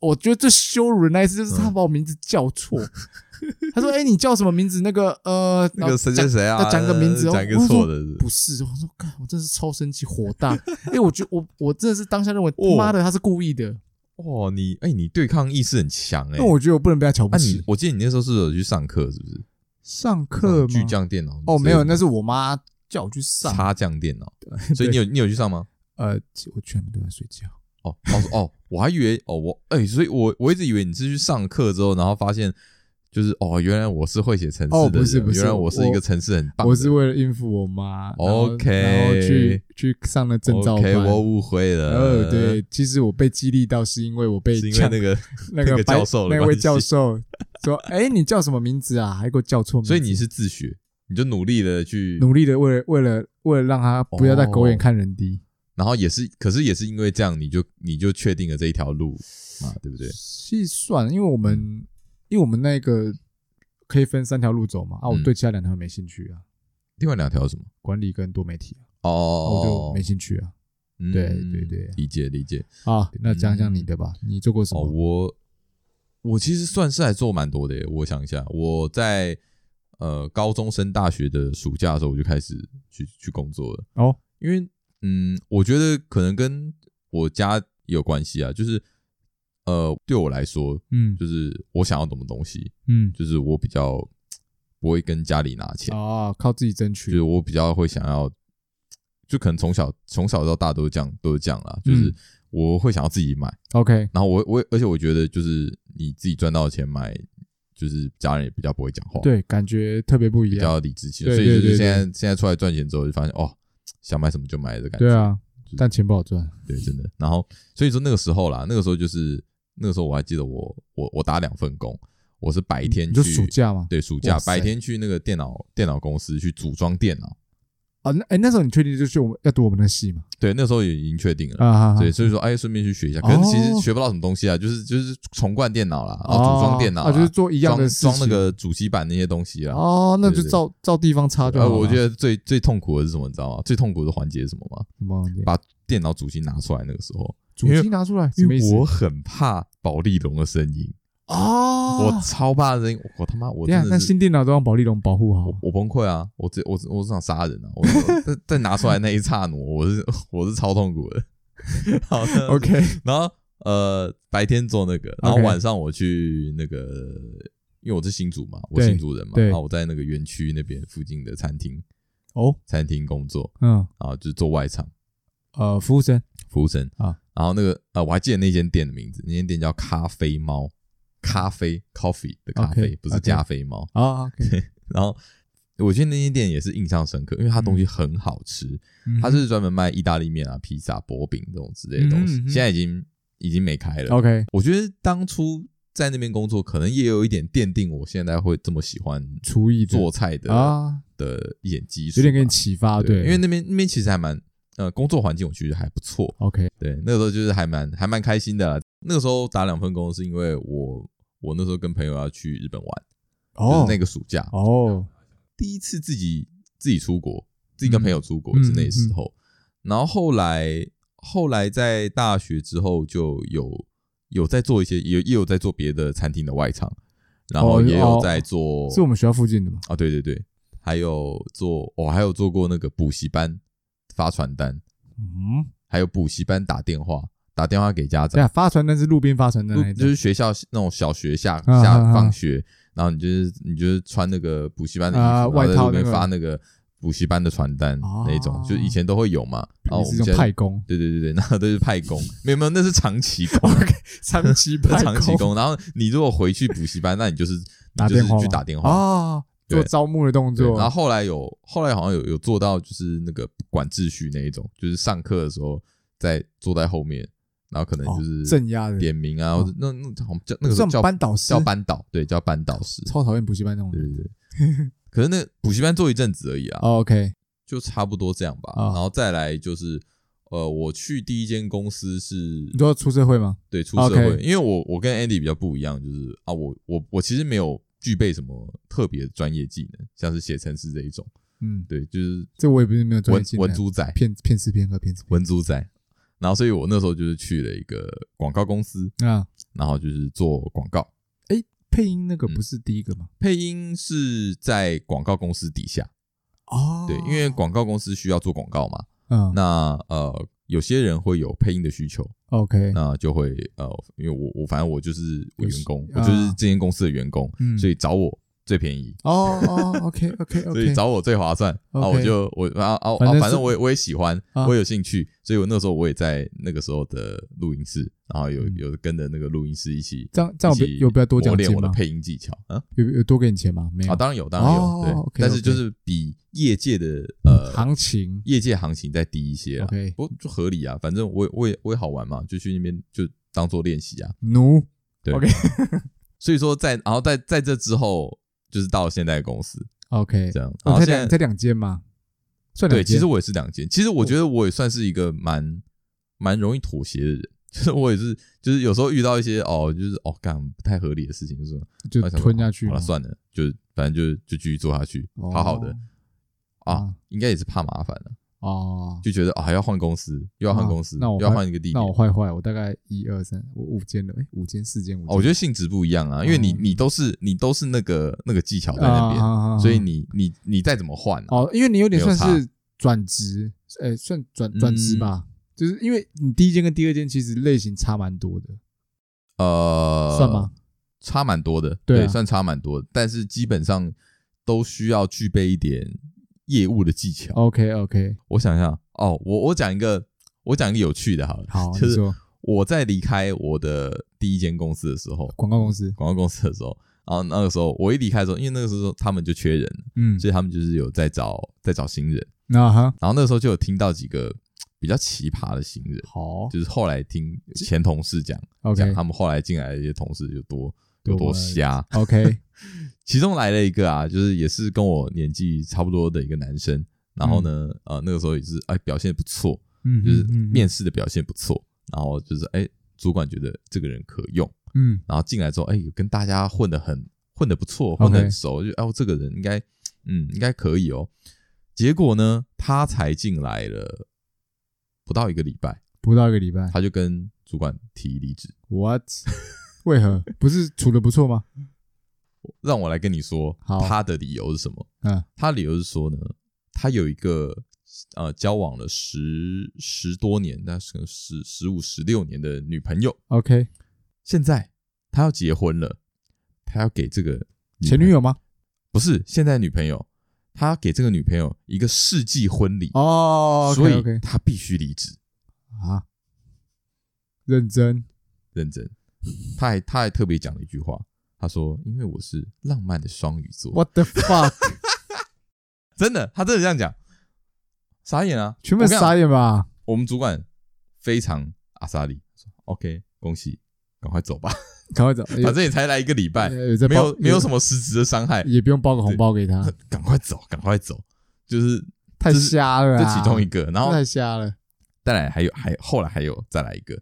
B: 我觉得最羞辱的那一次就是他
A: 嗯
B: 把我名字叫错，他说：“哎，你叫什么名字？”那个呃，
A: 那个谁
B: 然后
A: 谁谁啊，
B: 他讲个名字哦
A: 讲一个
B: 我说
A: 错的，
B: 不是，我说干，我真是超生气，火大，因为我觉得我我真的是当下认为
A: 哦
B: 他妈的他是故意的，
A: 哇，你哎、你对抗意识很强哎、
B: 那我觉得我不能被他瞧不
A: 那、你
B: 起。
A: 我记得你那时候是有去上课是不是？
B: 上课
A: 巨
B: 吗？
A: 匠电脑
B: 哦，没有，那
A: 是
B: 是我妈叫我去上。
A: 插匠电脑，所以你有你有去上吗？
B: 呃，我全部都在睡觉。
A: 哦，哦是哦，我还以为哦我哎、所以我我一直以为你是去上课之后，然后发现就是哦，原来我是会写程式的人，
B: 哦不是不是
A: 原来我是一个程式很棒的人
B: 我是为了应付我妈然后
A: OK
B: 然后去去上了证照
A: OK，
B: 班。
A: 我误会了，
B: 呃，对，，其实我被激励到是因为我被
A: 是因为
B: 呛
A: 那个，
B: 那
A: 那
B: 个
A: 个
B: 白
A: 教授的
B: 那位
A: 关系
B: 教授说：“哎，你叫什么名字啊？还给我叫错名字。”
A: 所以你是自学，你就努力的去，
B: 努力的为了为了为了让他不
A: 哦
B: 要再狗眼看人低，
A: 然后也是，可是也是因为这样，你就你就确定了这一条路嘛，对不嗯对？
B: 是算，因为我们因为我们那个可以分三条路走嘛，啊，我
A: 嗯
B: 对其他两条没兴趣啊，
A: 另外两条是什么？
B: 管理跟多媒体啊，啊
A: 哦哦
B: 我
A: 哦，
B: 就没兴趣啊。
A: 嗯
B: 对对对
A: 理解理解。
B: 啊，那讲讲你的吧，你做过什
A: 嗯哦，
B: 么？
A: 我我其实算是还做蛮多的耶。我想一下，我在呃高中升大学的暑假的时候，我就开始去去工作了。
B: 哦，
A: 因为嗯，我觉得可能跟我家有关系啊，就是呃，对我来说，
B: 嗯
A: 就是我想要什么东西，
B: 嗯，
A: 就是我比较不会跟家里拿钱，
B: 哦，靠自己争
A: 就是
B: 取，
A: 我比较会想要，就可能从小从小到大都是这样，都是这样啦，就是
B: 嗯
A: 我会想要自己买。
B: OK，
A: 然后我我而且我觉得就是你自己赚到的钱买，就是家人也比较不会讲话，，
B: 对，感觉特别不一
A: 比
B: 样，
A: 较理智性，
B: 对
A: 所以就
B: 对对
A: 是现在现在出来赚钱之后就发现哦，想买什么就买的感觉，
B: 对啊
A: 就是，
B: 但钱不好赚，
A: 对，真的。然后所以说那个时候啦，那个时候就是那个时候我还记得我我我打两份工，我是白天
B: 嗯你就
A: 去
B: 暑假嘛，
A: 对暑假
B: 哇塞
A: 白天去那个电脑电脑公司去组装电脑，
B: 啊，那哎那时候你确定就是我们要读我们的戏嘛？
A: 对，那时候也已经确定了。
B: 啊啊，啊
A: 对，所以说，哎，顺便去学一下，可是其
B: 哦
A: 实学不到什么东西啊，就是就是重灌电脑啦，然后
B: 哦
A: 组装电脑
B: 啊，
A: 啦
B: 就是做一样的事情
A: 装装那个主机板那些东西啦。
B: 哦，啊那就
A: 对对
B: 照照地方插就好
A: 呃，
B: 了。
A: 我觉得最最痛苦的是什么，你知道吗？最痛苦的环节是什么吗？
B: 什么
A: 把电脑主机拿出来那个时候，
B: 主
A: 因
B: 机
A: 为
B: 拿出来，什
A: 因
B: 么意
A: 为
B: 思？
A: 我很怕保利龙的声音，
B: 哦
A: 我超怕声音，我我他妈我
B: 等一下
A: 真
B: 那
A: 的是
B: 新电脑都让保利龙保护好
A: 我，我崩溃啊！我直我我我想杀人啊！我 再再拿出来那一刹那，我是 我是超痛苦的。 好那
B: OK
A: 然后呃，白天做那个，然后
B: OK
A: 晚上我去那个，因为我是新竹嘛，我
B: 对
A: 新竹人嘛，
B: 对
A: 然后我在那个园区那边附近的餐厅
B: 哦，
A: 餐厅工作，
B: 嗯，
A: 然后就是做外场
B: 呃，服务生
A: 服务生
B: 啊。
A: 然后那个呃，我还记得那间店的名字，那间店叫咖啡猫，咖啡 coffee 的咖啡
B: OK，
A: 不是
B: OK
A: 加菲猫。
B: 啊，OK，
A: 然后我觉得那间店也是印象深刻，因为它东西很好吃，
B: 嗯
A: 它是专门卖意大利面啊、披萨、薄饼这种之类的东西，
B: 嗯哼嗯哼哦
A: 现在已经已经没开了。
B: OK
A: 我觉得当初在那边工作，可能也有一点奠定我现在会这么喜欢
B: 厨艺的
A: 做菜的、
B: 啊，
A: 的一点基础
B: 有
A: 吧，
B: 点给你启发，
A: 对，
B: 啊对，
A: 因为那边那边其实还蛮呃工作环境，我觉得还不错。
B: OK
A: 对，那个时候就是还蛮还蛮开心的啦。那个时候打两份工，是因为我我那时候跟朋友要去日本玩，
B: 哦
A: 就是那个暑假，
B: 哦
A: 第一次自己自己出国，自己跟
B: 嗯
A: 朋友出国是那时候。然后后来后来在大学之后就有有在做一些，也也有在做别的餐厅的外场，然后
B: 哦
A: 也
B: 哦
A: 有在做
B: 是我们学校附近的嘛？
A: 啊，对对对，还有做我、还有做过那个补习班发传单，
B: 嗯，
A: 还有补习班打电话打电话给家
B: 对
A: 长
B: 啊，，发传单是路边发传单
A: 路
B: 那一
A: 就
B: 种
A: 是学校那种小学下
B: 啊
A: 下
B: 啊啊
A: 放学，然后你就是你就是穿那个补习班的衣服，
B: 啊
A: 然后
B: 外
A: 在
B: 套
A: 路边
B: 那个
A: 发那个补习班的传单、
B: 哦
A: 那种，就以前都会有嘛。然后我
B: 是
A: 们
B: 一种
A: 现在，
B: 派工
A: 对对对对，那都是派工，没有没有，那是长期工，
B: 长期
A: 那是长期工。然后你如果回去补习班，那你就是
B: 打
A: 你就是
B: 电话
A: 去
B: 吗
A: 打电话。
B: 啊，
A: 对
B: 做招募的动
A: 对，
B: 作，
A: 然后后来有后来好像有有做到就是那个管秩序那一种，就是上课的时候在坐在后面，然后可能
B: 哦
A: 就是
B: 镇压的，
A: 点名啊，
B: 哦
A: 或者那那好像叫那个时
B: 算
A: 候叫
B: 班导师
A: 叫班导，对，叫班导师。
B: 超讨厌补习班那种
A: 对
B: 人。
A: 对对。可是那补习班做一阵子而已啊，
B: 哦 OK，
A: 就差不多这样吧。
B: 啊
A: 然后再来就是，呃，我去第一间公司是
B: 你说出社会吗？
A: 对出社会
B: OK
A: 因为我我跟 Andy 比较不一样，就是啊，我我我其实没有具备什么特别的专业技能，像是写程式这一种，
B: 嗯，
A: 对，就是
B: 这我也不是没有专
A: 文
B: 业技能
A: 文珠仔，
B: 骗骗吃骗喝骗吃骗
A: 文珠仔。然后，所以我那时候就是去了一个广告公司，
B: 喝啊。
A: 然后就是做广告，
B: 配音
A: 嗯
B: 那个不是第一个吗？
A: 配音是在广告公司底下，
B: 哦
A: 对，因为广告公司需要做广告嘛，
B: 嗯，
A: 那呃，有些人会有配音的需求，
B: OK，
A: 那就会呃，因为我我反正我就是我员工，
B: 有
A: 我
B: 啊
A: 就是这间公司的员工，
B: 嗯
A: 所以找我最便宜。
B: 哦哦，OK OK
A: 所以
B: OK，
A: 找我最划算啊！
B: OK
A: 我就我啊啊
B: 反
A: 啊
B: 正！是
A: 反正我也我也喜欢，
B: 啊
A: 我也有兴趣，所以我那时候我也在那个时候的录音室，然后有
B: 嗯
A: 有跟着那个录音师一起，
B: 这样这样有
A: 一
B: 比
A: 起
B: 有比较多奖
A: 磨练
B: 金
A: 我的
B: 吗？
A: 配音技巧啊
B: 有有多给你钱吗？没有
A: 啊！当然有，当然
B: 哦
A: 有，对，
B: OK，OK
A: 但是就是比业界的呃
B: 行情
A: 业界行情再低一些啊，
B: OK
A: 不过就合理啊，反正我也我也我也好玩嘛，就去那边就当做练习啊，
B: 奴
A: 对
B: OK
A: 所以说在然后在在这之后就是到现在的公司
B: OK，
A: 这样，然
B: 哦
A: 后
B: 才
A: 现在
B: 两才两间嘛，算两
A: 对，其
B: 间哦
A: 实我也是两间。其实我觉得我也算是一个蛮蛮容易妥协的人， 就是我也是，就是有时候遇到一些哦，就是哦干不太合理的事情，就是说
B: 就
A: 我想说
B: 吞下去
A: 好
B: 嘛
A: 了，算了，就是反正就就继续做下去，
B: 哦
A: 好好的啊
B: 啊，
A: 应该也是怕麻烦了，
B: 哦。
A: 就觉得啊还要换公司，又要换
B: 啊
A: 公司，
B: 那我
A: 又要
B: 换
A: 换一个地
B: 那
A: 点。
B: 我坏坏，我大概一二三，我五间了，哎，五间四间五间，
A: 哦，我觉得性质不一样啊，因为你
B: 哦
A: 你都是你都是那个那个技巧在
B: 啊
A: 那边，
B: 啊啊
A: 所以
B: 啊
A: 你你你再怎么换啊，
B: 哦，因为你有点
A: 没有
B: 算是转职，哎，算转转职
A: 嗯
B: 吧，就是因为你第一间跟第二间其实类型差蛮多的，
A: 呃，
B: 算吗？
A: 差蛮多的，
B: 对啊
A: 算差蛮多的，但是基本上都需要具备一点业务的技巧。
B: ？OK OK，
A: 我想一下，哦，我我讲一个，我讲一个有趣的好了，
B: 好，
A: 就
B: 你
A: 是
B: 说
A: 我在离开我的第一间公司的时候，
B: 广告公司，
A: 广告公司的时候，然后那个时候我一离开的时候，因为那个时候他们就缺人，
B: 嗯，
A: 所以他们就是有在找在找新人，
B: 那哈，
A: 然后那个时候就有听到几个比较奇葩的新人，
B: 好
A: 就是后来听前同事讲讲
B: ，OK
A: 他们后来进来的一些同事有多有
B: 多
A: 多啊瞎，
B: 啊 OK，
A: 其中来了一个啊，就是也是跟我年纪差不多的一个男生，然后呢，呃，那个时候也是哎表现不错，
B: 嗯，
A: 就是
B: 嗯
A: 面，试的表现不错，然后就是哎主管觉得这个人可用，
B: 嗯
A: 然后进来之后哎有跟大家混得很混得不错，混得
B: OK
A: 很熟就哦这个人应该嗯应该可以哦，结果呢他才进来了不到一个礼拜，
B: 不到一个礼拜
A: 他就跟主管提离职，
B: ，What？为何不是处的不错吗？
A: 让我来跟你说
B: 好
A: 他的理由是什么。
B: 嗯，
A: 他理由是说呢，他有一个呃交往了十十多年，那是可能十十五十六年的女朋友，
B: OK，
A: 现在他要结婚了，他要给这个
B: 前女
A: 友
B: 友吗？
A: 不是现在女朋友，他要给这个女朋友一个世纪婚礼，
B: 哦
A: 所
B: ，OK
A: 以
B: OK，
A: 他必须离职。
B: 啊，认真
A: 认真，他还他还特别讲了一句话，他说：“因为我是浪漫的双鱼座。
B: ，What the fuck？
A: 真的，他真的这样讲，傻眼啊！
B: 全部
A: 我跟你讲
B: 傻眼吧？
A: 我们主管非常阿萨里说，OK，恭喜，赶快走吧，
B: 赶快走，
A: 反正也才来一个礼拜，没有没有什
B: 么，
A: 么实质的伤害，
B: 也不用包个红包给他，
A: 赶快走，赶快走，就是
B: 太瞎了
A: 这
B: 啊，
A: 其中一个，然后
B: 这太瞎了。
A: 再来还有还后来还有再来一个，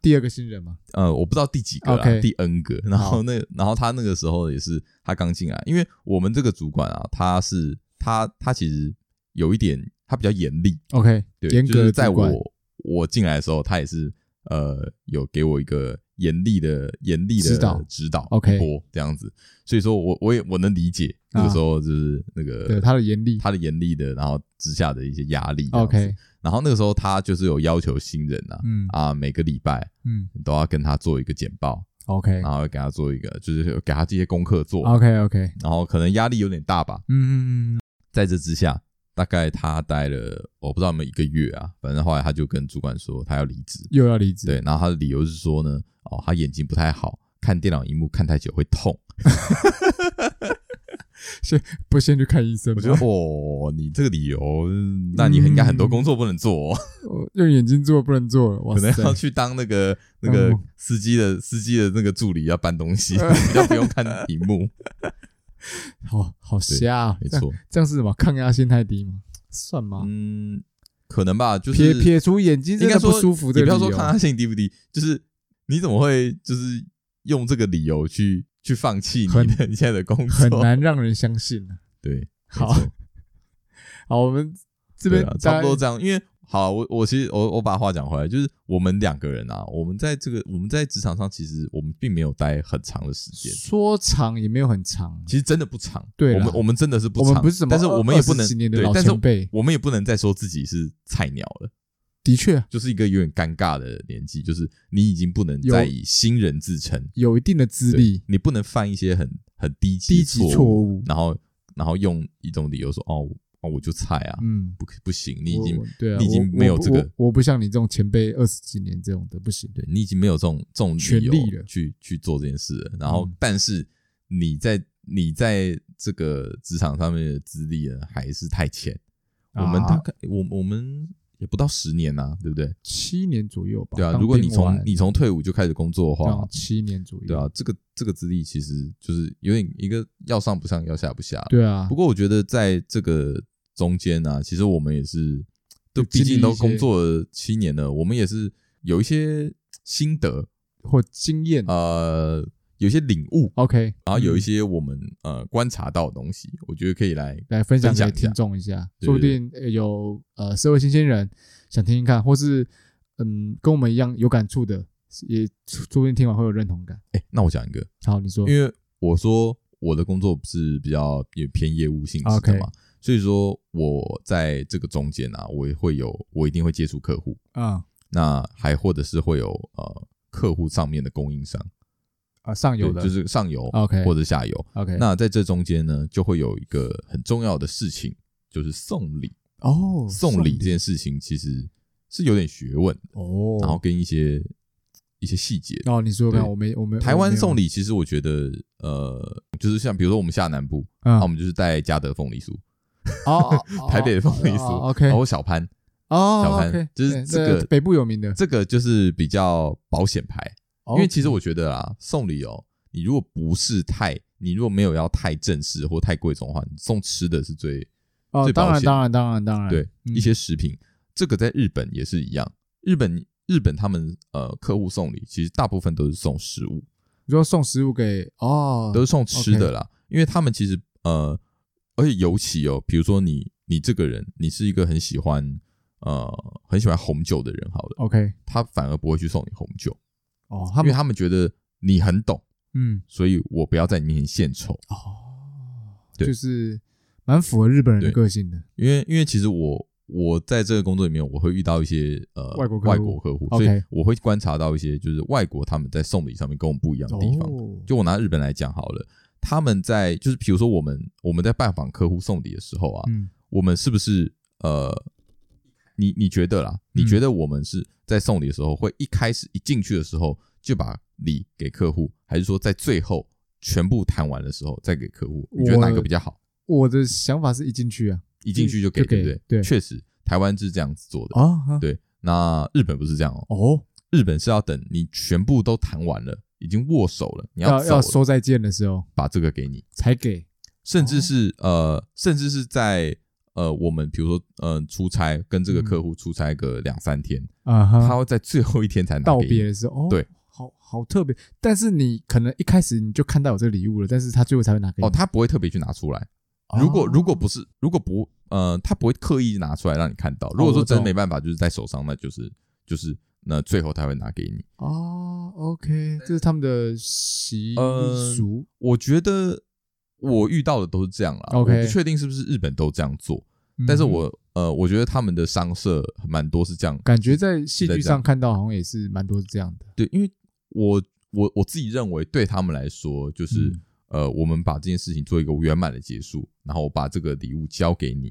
B: 第二个新人嘛，
A: 呃，我不知道第几个啦
B: OK
A: 第 N 个，然后那然后他那个时候也是他刚进来，因为我们这个主管啊，他是他他其实有一点他比较严厉，
B: OK，
A: 对，
B: 严
A: 就
B: 格
A: 是
B: 的
A: 在
B: 主管
A: 我我进来的时候，他也是呃有给我一个严厉的严厉的
B: 指导
A: 指导
B: OK
A: 波这样子，所以说我我也我能理解
B: 啊
A: 那个时候就是那
B: 对
A: 个
B: 他的严厉
A: 他的严厉的，然后之下的一些压力这样子
B: ，OK，
A: 然后那个时候他就是有要求新人啊
B: 嗯
A: 啊每个礼拜
B: 嗯
A: 都要跟他做一个简报，
B: ，OK
A: 然后给他做一个就是给他这些功课做，
B: OK OK，
A: 然后可能压力有点大吧，
B: 嗯嗯嗯
A: 在这之下，大概他待了我不知道有没有一个月啊，反正后来他就跟主管说他要离职，
B: 又要离职，
A: 对，然后他的理由是说呢，哦，他眼睛不太好，看电脑荧幕看太久会痛。
B: 不先去看医生
A: 我
B: 吗？
A: 觉得哦，你这个理由，嗯那你应该很多工作不能做、哦，
B: 我用眼睛做不能做 了，哇
A: 可能
B: 塞！
A: 要去当那个那个
B: 嗯
A: 司机的司机的那个助理，要搬东 西，比较不用看荧幕。
B: 好好瞎啊，
A: 没
B: 这样，
A: 错，
B: 这样是什么？抗压性太低吗？算吗？
A: 嗯，可能吧，就是
B: 撇撇除眼睛真
A: 应该
B: 的
A: 说
B: 不舒服
A: 你
B: 这
A: 不
B: 个
A: 要
B: 理
A: 说
B: 由，啊
A: 抗压性低不低，就是你怎么会就是用这个理由去去放弃
B: 很
A: 你的你现在的工作？
B: 很难让人相信啊。
A: 对，没
B: 好
A: 错
B: 好，我们这
A: 对
B: 边
A: 啊
B: 大
A: 差
B: 概
A: 不多这样，因为好，我我其实我我把话讲回来，就是我们两个人啊，我们在这个我们在职场上，其实我们并没有待很长的时间，
B: 说长也没有很长，
A: 其实真的啊不长。
B: 对啦
A: 我们我们真的是不
B: 我
A: 长，
B: 们不是什么
A: 但是我们也不能
B: 20年的
A: 对
B: 老，
A: 但是
B: 前辈
A: 我们也不能再说自己是菜鸟了，
B: 的确
A: 就是一个有点尴尬的年纪，就是你已经不能再
B: 有
A: 以新人自称，
B: 有一定的资历
A: 对，你不能犯一些很很低级
B: 低
A: 的
B: 级错
A: 错误，
B: 误。
A: 然后然后用一种理由说哦哦我就菜啊，
B: 嗯，
A: 不不行，你已
B: 我
A: 经
B: 我对啊，
A: 你已经
B: 我
A: 没有
B: 我不
A: 这个
B: 我，我不像你这种前辈二十几年这种的不行。
A: 对你已经没有这种这种
B: 权
A: 理由
B: 利了
A: 去去做这件事了。然后
B: 嗯，
A: 但是你在你在这个职场上面的资历呢，还是太浅。我们
B: 啊
A: 大概我我们也不到十年呐、对不对？
B: 七年左右吧。
A: 对啊，
B: 当
A: 如果你
B: 兵
A: 从
B: 完
A: 你从退伍就开始工作的
B: 对啊
A: 话，
B: 七年左右，
A: 对啊，这个这个资历其实就是有点一个要上不上，要下不下。
B: 对啊
A: 不，过我觉得在这个中间呢、其实我们也是，都
B: 有经
A: 毕
B: 历
A: 竟
B: 一
A: 都
B: 些
A: 工作了七年了，我们也是有一些心得，
B: 或经验
A: 呃，有一些领悟，
B: OK，
A: 然后有
B: 嗯
A: 一些我们呃观察到的东西，我觉得可以来
B: 来分享
A: 分享
B: 给
A: 一下
B: 听众一下，
A: 对
B: 说不定呃有呃社会新鲜人想听听看，或是嗯跟我们一样有感触的，也说说不定听完会有认同感。
A: 哎，那我讲一个，
B: 好，你说，
A: 因为我说我的工作是比较也偏业务性质的
B: 啊 OK
A: 嘛所以说我在这个中间啊，我也会有，我一定会接触客户，
B: 嗯
A: 那还或者是会有呃客户上面的供应商，
B: 啊上游的
A: 对就是上游
B: OK
A: 或者下游。
B: OK，
A: 那在这中间呢，就会有一个很重要的事情，就是送礼。
B: 哦
A: 送礼这件事情其实是有点学问的，
B: 哦，
A: 然后跟一些一些细节。
B: 哦你说说看，
A: 对
B: 我没我没
A: 台湾送
B: 礼
A: 礼其实我觉得，呃，就是像比如说我们下南部，那、
B: 啊
A: 我们就是带嘉德凤梨酥，
B: 哦哦
A: 台北的凤梨酥、
B: 哦，OK
A: 然后小潘，
B: 哦
A: 小潘
B: OK，
A: 就是
B: 对
A: 这
B: 对
A: 个
B: 北部有名的，
A: 这个就是比较保险牌，
B: 哦
A: 因为其实我觉得啊，送礼哦，你如果不是太，你如果没有要太正式或太贵重的话，你送吃的是最
B: 哦
A: 最
B: 当
A: 保
B: 然
A: 险
B: 当然当然当然
A: 对、
B: 嗯
A: 一些食品，这个在日本也是一样，日本日本他们呃客户送礼其实大部分都是送食物。
B: 你说送食物给哦，
A: 都是送吃的啦，因为他们其实呃，而且尤其哦，比如说你你这个人，你是一个很喜欢呃很喜欢红酒的人，好了，
B: OK
A: 他反而不会去送你红酒，
B: 哦，他
A: 因为
B: 们
A: 他们觉得你很懂，
B: 嗯
A: 所以我不要在你面前献丑。
B: 哦，
A: 对
B: 就是蛮符合日本人的
A: 对
B: 个性的。
A: 因为因为其实我我在这个工作里面，我会遇到一些呃
B: 外国客户
A: 外国客户，所
B: OK
A: 以我会观察到一些就是外国他们在送礼上面跟我们不一样的地方。
B: 哦
A: 就我拿日本来讲好了，他们在就是比如说我们我们在拜访客户送礼的时候啊，
B: 嗯
A: 我们是不是呃，你你觉得啦？
B: 嗯
A: 你觉得我们是在送礼的时候，会一开始一进去的时候就把礼给客户，还是说在最后全部谈完的时候再给客户？你觉得哪个比较好？
B: 我的想法是一进去啊，
A: 一进去就给，
B: 就给
A: 对不对？
B: 对
A: 确实，台湾是这样子做的。
B: 啊
A: 对，那日本不是这样哦，
B: 哦，
A: 日本是要等你全部都谈完了，已经握手了，你
B: 要
A: 走
B: 要
A: 了，
B: 说再见的时候
A: 把这个给你。
B: 才给
A: 甚至是、呃，甚至是在呃，我们比如说呃，出差跟这个
B: 嗯
A: 客户出差个两三天，
B: 啊
A: 他
B: 哈，
A: 会在最后一天才拿
B: 道
A: 给你
B: 别。的时候哦，
A: 对，
B: 好好特别。但是你可能一开始你就看到有这个礼物了，但是他最后才会拿给你
A: 哦，。他不会特别去拿出来。
B: 哦
A: 如果如果不是，如果不呃，他不会刻意拿出来让你看到。如
B: 哦
A: 果说真的没办法，就是在手上，那就是就是那最后他会拿给你。
B: 哦，OK，这是他们的习
A: 呃
B: 俗
A: 我觉得我遇到的都是这样啦。
B: OK
A: 我不确定是不是日本都这样做，但是
B: 嗯
A: 我呃，我觉得他们的商社蛮多是这样。
B: 感觉在戏
A: 在
B: 剧
A: 这样
B: 上看到好像也是蛮多是这样的。
A: 对，因为我我我自己认为，对他们来说，就是、
B: 嗯
A: 呃，我们把这件事情做一个圆满的结束，然后我把这个礼物交给你，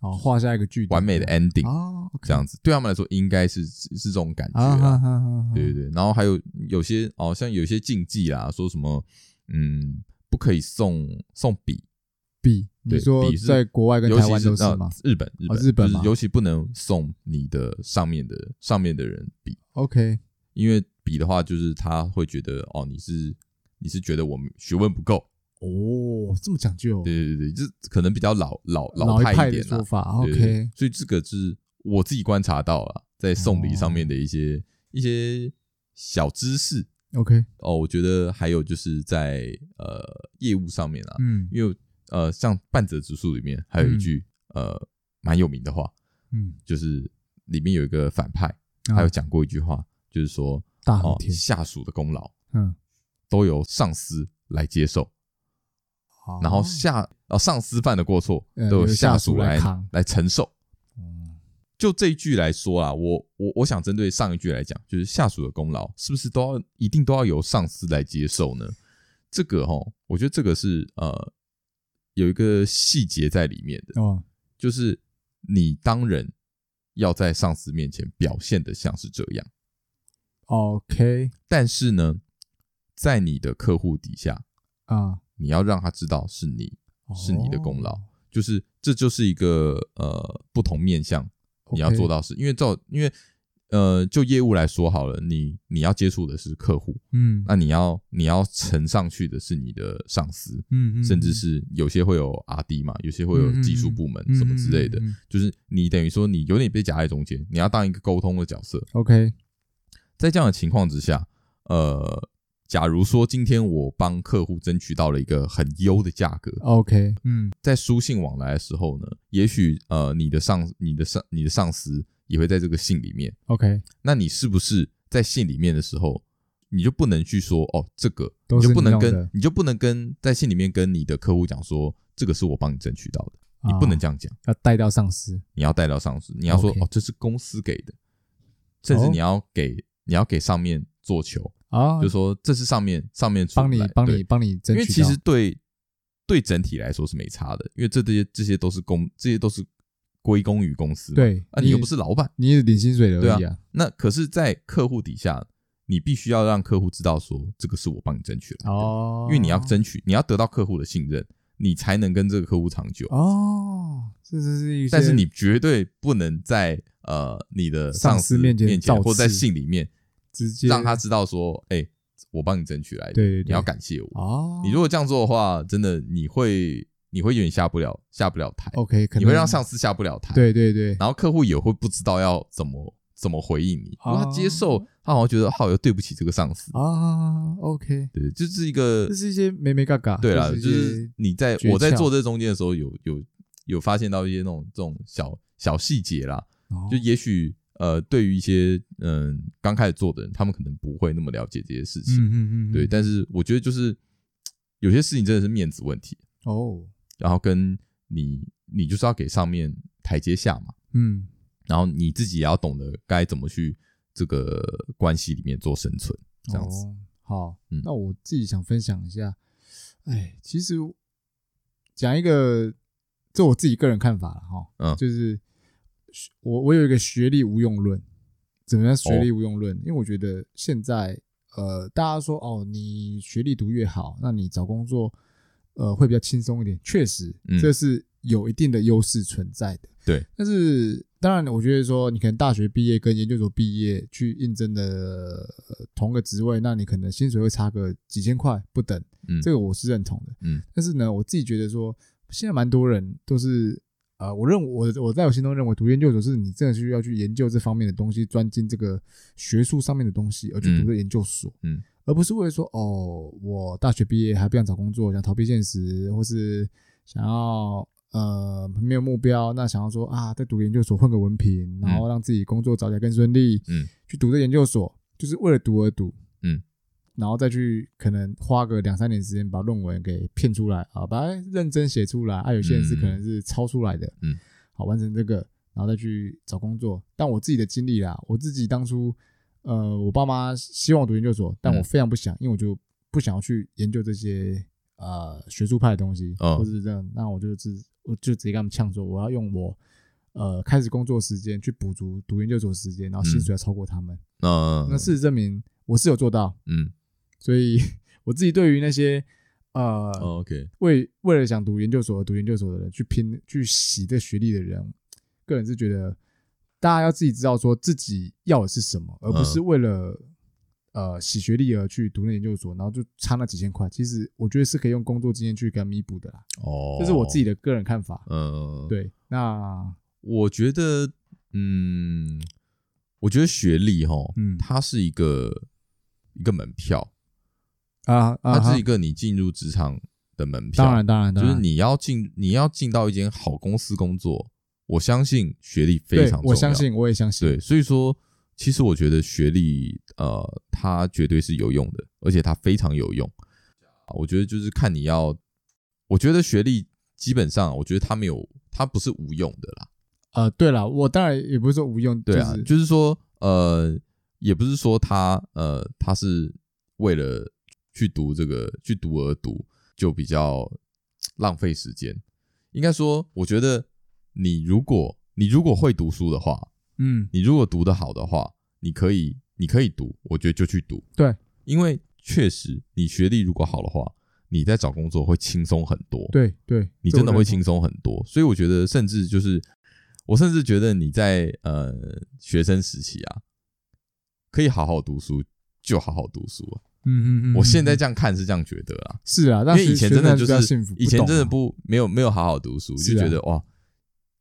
B: 哦，画下一个句点，
A: 完美的 ending，、
B: 哦，OK，
A: 这样子对他们来说应该是是是这种感觉
B: 啊
A: 啦。
B: 哈哈哈哈，
A: 对对对，然后还有有些哦，像有些禁忌啦，说什么嗯，不可以送送笔，
B: 笔，
A: 对
B: 你说
A: 笔是
B: 在国外跟
A: 尤
B: 台
A: 其
B: 湾
A: 是
B: 都
A: 到
B: 吗
A: 日本日
B: 哦
A: 本、
B: 日本
A: 就
B: 嘛
A: 是尤其不能送你的上面的上面的人笔，
B: ？OK，
A: 因为笔的话就是他会觉得哦，你是你是觉得我们学问不够，
B: 哦，这么讲究，
A: 对对对，就是可能比较老老
B: 老一
A: 派
B: 派
A: 一
B: 的
A: 点啦啊
B: 说。法
A: 对对对
B: ，OK，
A: 所以这个是我自己观察到了，在送礼上面的一些、
B: 哦
A: 一些小知识
B: OK，
A: 哦。我觉得还有就是在呃业务上面啊，
B: 嗯
A: 因为呃像半泽指数里面还有一句、呃蛮有名的话，
B: 嗯，
A: 就是里面有一个反派，
B: 啊
A: 他有讲过一句话，就是说
B: 大
A: 哦
B: 和，田，
A: 下属的功劳
B: 嗯，
A: 都由上司来接受，然后下呃上司犯的过错
B: 嗯
A: 都由
B: 哦由
A: 下
B: 下
A: 属
B: 属来
A: 来
B: 扛
A: 来承受。
B: 嗯
A: 就这一句来说啊，我我我想针对上一句来讲，就是下属的功劳是不是都要一定都要由上司来接受呢？这个哈，我觉得这个是呃有一个细节在里面的，
B: 哦，
A: 就是你当人要在上司面前表现的像是这样，
B: OK
A: 但是呢，在你的客户底下，
B: 啊，
A: 你要让他知道是你是你的功劳，
B: 哦
A: 就是这就是一个呃不同面向你要
B: OK
A: 做到是，因为照因为呃就业务来说好了，你你要接触的是客户，
B: 嗯
A: 那你要你要呈上去的是你的上司，
B: 嗯嗯，
A: 甚至
B: 嗯
A: 是有些会有 R D 嘛，有些会有技术部门
B: 嗯
A: 什么之类的，
B: 嗯嗯嗯嗯
A: 就是你等于说你有点被夹在中间，你要当一个沟通的角色，
B: OK
A: 在这样的情况之下，呃。假如说今天我帮客户争取到了一个很优的价格，
B: OK，嗯
A: 在书信往来的时候呢，也许呃，你的上、你的上、你的上司也会在这个信里面。
B: OK，
A: 那你是不是在信里面的时候，你就不能去说哦，这个
B: 都
A: 你
B: 是
A: 就不能
B: 你弄
A: 跟
B: 的
A: 你就不能跟在信里面跟你的客户讲说，这个是我帮你争取到的，你
B: 啊
A: 不能这样讲，
B: 要带到上司，
A: 你要带到上司，你要说
B: OK
A: 哦，这是公司给的，甚至
B: 哦
A: 你要给、你要给上面做球，
B: 啊，
A: 就说这是上面上面出
B: 帮你
A: 来
B: 帮
A: 对
B: 你帮你争
A: 因
B: 取到，
A: 为其实对对整体来说是没差的，因为这这些这些都是公，这些都是归功于公司嘛。
B: 对
A: 啊，你又不是老板，
B: 你也领薪水的
A: 对
B: 而已啊。
A: 那可是，在客户底下，你必须要让客户知道说，这个是我帮你争取来的，
B: 哦，
A: 因为你要争取，你要得到客户的信任，你才能跟这个客户长久。
B: 哦，这这是一些，
A: 但是你绝对不能在呃你的
B: 上司
A: 司
B: 面前
A: 前
B: 造
A: 或者在
B: 次
A: 信里面
B: 直接
A: 让他知道说，哎、我帮你争取来的，
B: 对对对
A: 你要感谢我。
B: 哦，
A: 你如果这样做的话，真的你会你会有点下不了下不了台，
B: OK，可能哦
A: 你会让上司下不了台，，
B: 对对对，
A: 然后客户也会不知道要怎么怎么回应你，
B: 哦
A: 因为他接受，他好像觉得好像对不起这个上司，
B: 啊，OK，
A: 对，就是一个
B: 这是一些美美嘎嘎，
A: 对啦，
B: 这
A: 就
B: 一些
A: 是你在
B: 诀窍
A: 我在做这中间的时候，有有有发现到一些那种这种小小细节啦，
B: 哦
A: 就也许呃，对于一些嗯刚开始做的人，他们可能不会那么了解这些事
B: 嗯
A: 情，
B: 嗯嗯，嗯
A: 对，但是我觉得就是有些事情真的是面子问题，
B: 哦，
A: 然后跟你你就是要给上面台阶下嘛，
B: 嗯，
A: 然后你自己也要懂得该怎么去这个关系里面做生存，这样子。
B: 哦好，
A: 嗯
B: 那我自己想分享一下，哎，其实讲一个，这我自己个人看法了哈，
A: 嗯
B: 就是我我有一个学历无用论，怎么样学
A: 哦
B: 历无用论？因为我觉得现在呃，大家说哦，你学历读越好，那你找工作呃会比较轻松一点，确实
A: 嗯，
B: 这是有一定的优势存在的。
A: 对，
B: 但是当然，我觉得说你可能大学毕业跟研究所毕业去应征的、呃同个职位，那你可能薪水会差个几千块不等，
A: 嗯
B: 这个我是认同的。
A: 嗯，
B: 但是呢，我自己觉得说，现在蛮多人都是。呃，我认为我我在我心中认为，读研究所是你真的需要去研究这方面的东西，钻进这个学术上面的东西，而去读
A: 嗯
B: 这研究所，
A: 嗯
B: 而不是为了说哦，我大学毕业还不想找工作，想逃避现实，或是想要呃没有目标，那想要说啊，在读研究所混个文凭，然后让自己工作找起来更顺利，
A: 嗯，
B: 去读这研究所，就是为了读而读，
A: 嗯，
B: 然后再去可能花个两三年时间把论文给骗出来啊，把它认真写出来，啊，有些人是
A: 嗯
B: 可能是抄出来的，
A: 嗯，
B: 好完成这个，然后再去找工作。但我自己的经历啦，我自己当初呃，我爸妈希望我读研究所，但我
A: 嗯
B: 非常不想，因为我就不想要去研究这些呃学术派的东西，
A: 嗯
B: 或者是这样，那我就直我就直接跟他们呛说，我要用我呃开始工作时间去补足读研究所时间，然后
A: 嗯
B: 薪水要超过他们。
A: 那
B: 那事实证明我是有做到，
A: 嗯
B: 所以 我自己对于那些呃、
A: 哦，OK，
B: 为为了想读研究所而读研究所的人去拼去洗这学历的人，个人是觉得大家要自己知道说自己要的是什么，而不是
A: 嗯
B: 为了、呃洗学历而去读那研究所，然后就差那几千块。其实我觉得是可以用工作经验去给他弥补的啦，
A: 哦，
B: 这是我自己的个人看法。
A: 嗯，
B: 对，那
A: 我觉得，嗯，我觉得学历哈，
B: 嗯
A: 它是一个一个门票，
B: 啊啊，
A: 它是一
B: 哈
A: 个你进入职场的门票。
B: 当然当然，
A: 就
B: 当
A: 是
B: 然
A: 你要进，你要进到一间好公司工作，我相信学历非
B: 对
A: 常重要，
B: 我相信，我也相信，
A: 对，所以说，其实我觉得学历，呃，它绝对是有用的，而且它非常有用。啊我觉得就是看你要，我觉得学历基本上，我觉得它没有，它不是无用的啦。
B: 呃，对了，我当然也不是说无用，
A: 对啊，
B: 就是
A: 就是说，呃，也不是说它，呃，它是为了去读这个去读而读，就比较浪费时间。应该说，我觉得你如果你如果会读书的话，
B: 嗯，
A: 你如果读得好的话，你可以，你可以读，我觉得就去读。
B: 对，
A: 因为确实你学历如果好的话，你在找工作会轻松很多。，
B: 对对，
A: 你真的会
B: 清，
A: 轻松很多。所以我觉得，甚至就是我甚至觉得你在呃学生时期啊，可以好好读书就好好读书啊。
B: 嗯嗯嗯，
A: 我现在
B: 嗯
A: 这样看是这样觉得啦，
B: 是啊，
A: 因
B: 但
A: 为
B: 是
A: 以前真的就
B: 学生还比较
A: 是
B: 幸福，
A: 以前
B: 懂
A: 真的
B: 啊，
A: 不没有没有好好读书，
B: 是
A: 就
B: 啊
A: 觉得哇，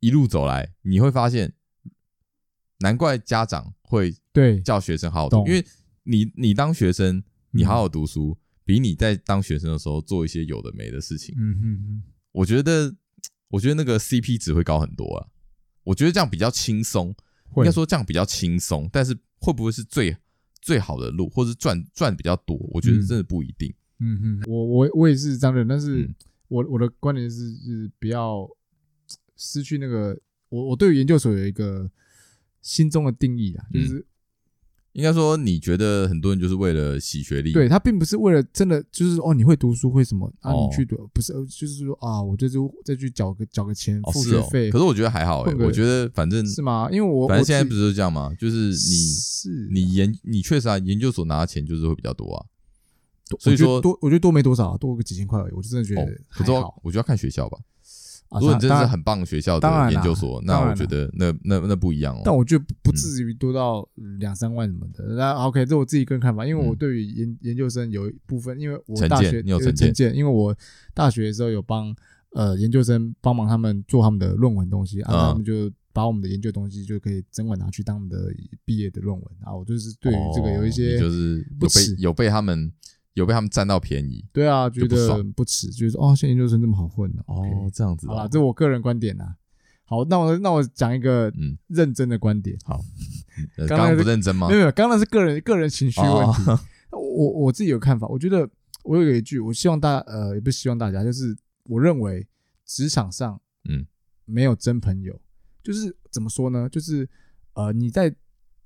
A: 一路走来你会发现，难怪家长会
B: 对，
A: 叫学生好好读，
B: 懂
A: 因为你你当学生，你
B: 嗯
A: 好好读书，比你在当学生的时候做一些有的没的事情，
B: 嗯嗯嗯，
A: 我觉得我觉得那个 CP 值会高很多啊。我觉得这样比较轻松，应
B: 会
A: 该说这样比较轻松，但是会不会是最最好的路，或是赚赚比较多？我觉得
B: 嗯
A: 真的不一定。
B: 嗯嗯，我我我也是这样的人，但是
A: 嗯
B: 我我的观点是，就是不要失去那个我我对于研究所有一个心中的定义啦，啊就
A: 嗯
B: 是
A: 应该说，你觉得很多人就是为了洗学历，
B: 对他并不是为了真的就是哦你会读书会什么啊
A: 哦
B: 你去读不是呃就是说啊我这就再去缴个缴个钱
A: 哦
B: 付
A: 是
B: 学
A: 哦。
B: 费
A: 可是我觉得还好哎、
B: 混个
A: 我觉得反正
B: 是吗？因为我
A: 反正现在不
B: 是
A: 是就这样吗？就是你
B: 是啊
A: 你研你确实啊，研究所拿的钱就是会比较多啊。
B: 多
A: 所以
B: 我觉得
A: 说
B: 多我觉得多没多少啊，多个几千块而已，我就真的觉
A: 哦
B: 得，
A: 可
B: 还
A: 是要
B: 好。
A: 我觉得要看学校吧。
B: 啊
A: 如果你真的
B: 当
A: 是
B: 然
A: 很棒的学校
B: 当然
A: 的
B: 啦
A: 研究所，
B: 当
A: 那
B: 然
A: 我觉
B: 啦
A: 得那那那不一样哦。
B: 但我觉得不不至于多到嗯两三万什么的。那 OK，这我自己个人看法，因为我
A: 嗯
B: 对于研研究生有一部分，因为我
A: 成
B: 大
A: 见
B: 学
A: 你有
B: 呃
A: 成见
B: 见，因为我大学的时候有帮呃研究生帮忙他们做他们的论文东西，啊，
A: 嗯
B: 他们就把我们的研究东西就可以整晚拿去当我们的毕业的论文啊。我就是对于这个有一
A: 哦
B: 些、
A: 你就是
B: 不
A: 有
B: 耻
A: 被有被他们有被他们占到便宜
B: 对啊，
A: 就
B: 觉
A: 不
B: 得
A: 爽
B: 不耻，就是哦，现在研究生这么好混哦。
A: 哦，这样子
B: 好
A: 啊
B: 啦，，这我个人观点啦。好，那我那我讲一个
A: 嗯
B: 认真的观点，
A: 呃
B: 刚
A: 刚刚
B: 才
A: 不认真吗
B: 没？有，没有刚刚那是个人个人情绪问题。
A: 哦
B: 我我我自己有看法，我觉得我有一句，我希望大呃，也不是希望大家，就是我认为职场上，
A: 嗯，
B: 没有真朋友，就是怎么说呢？就是呃，你在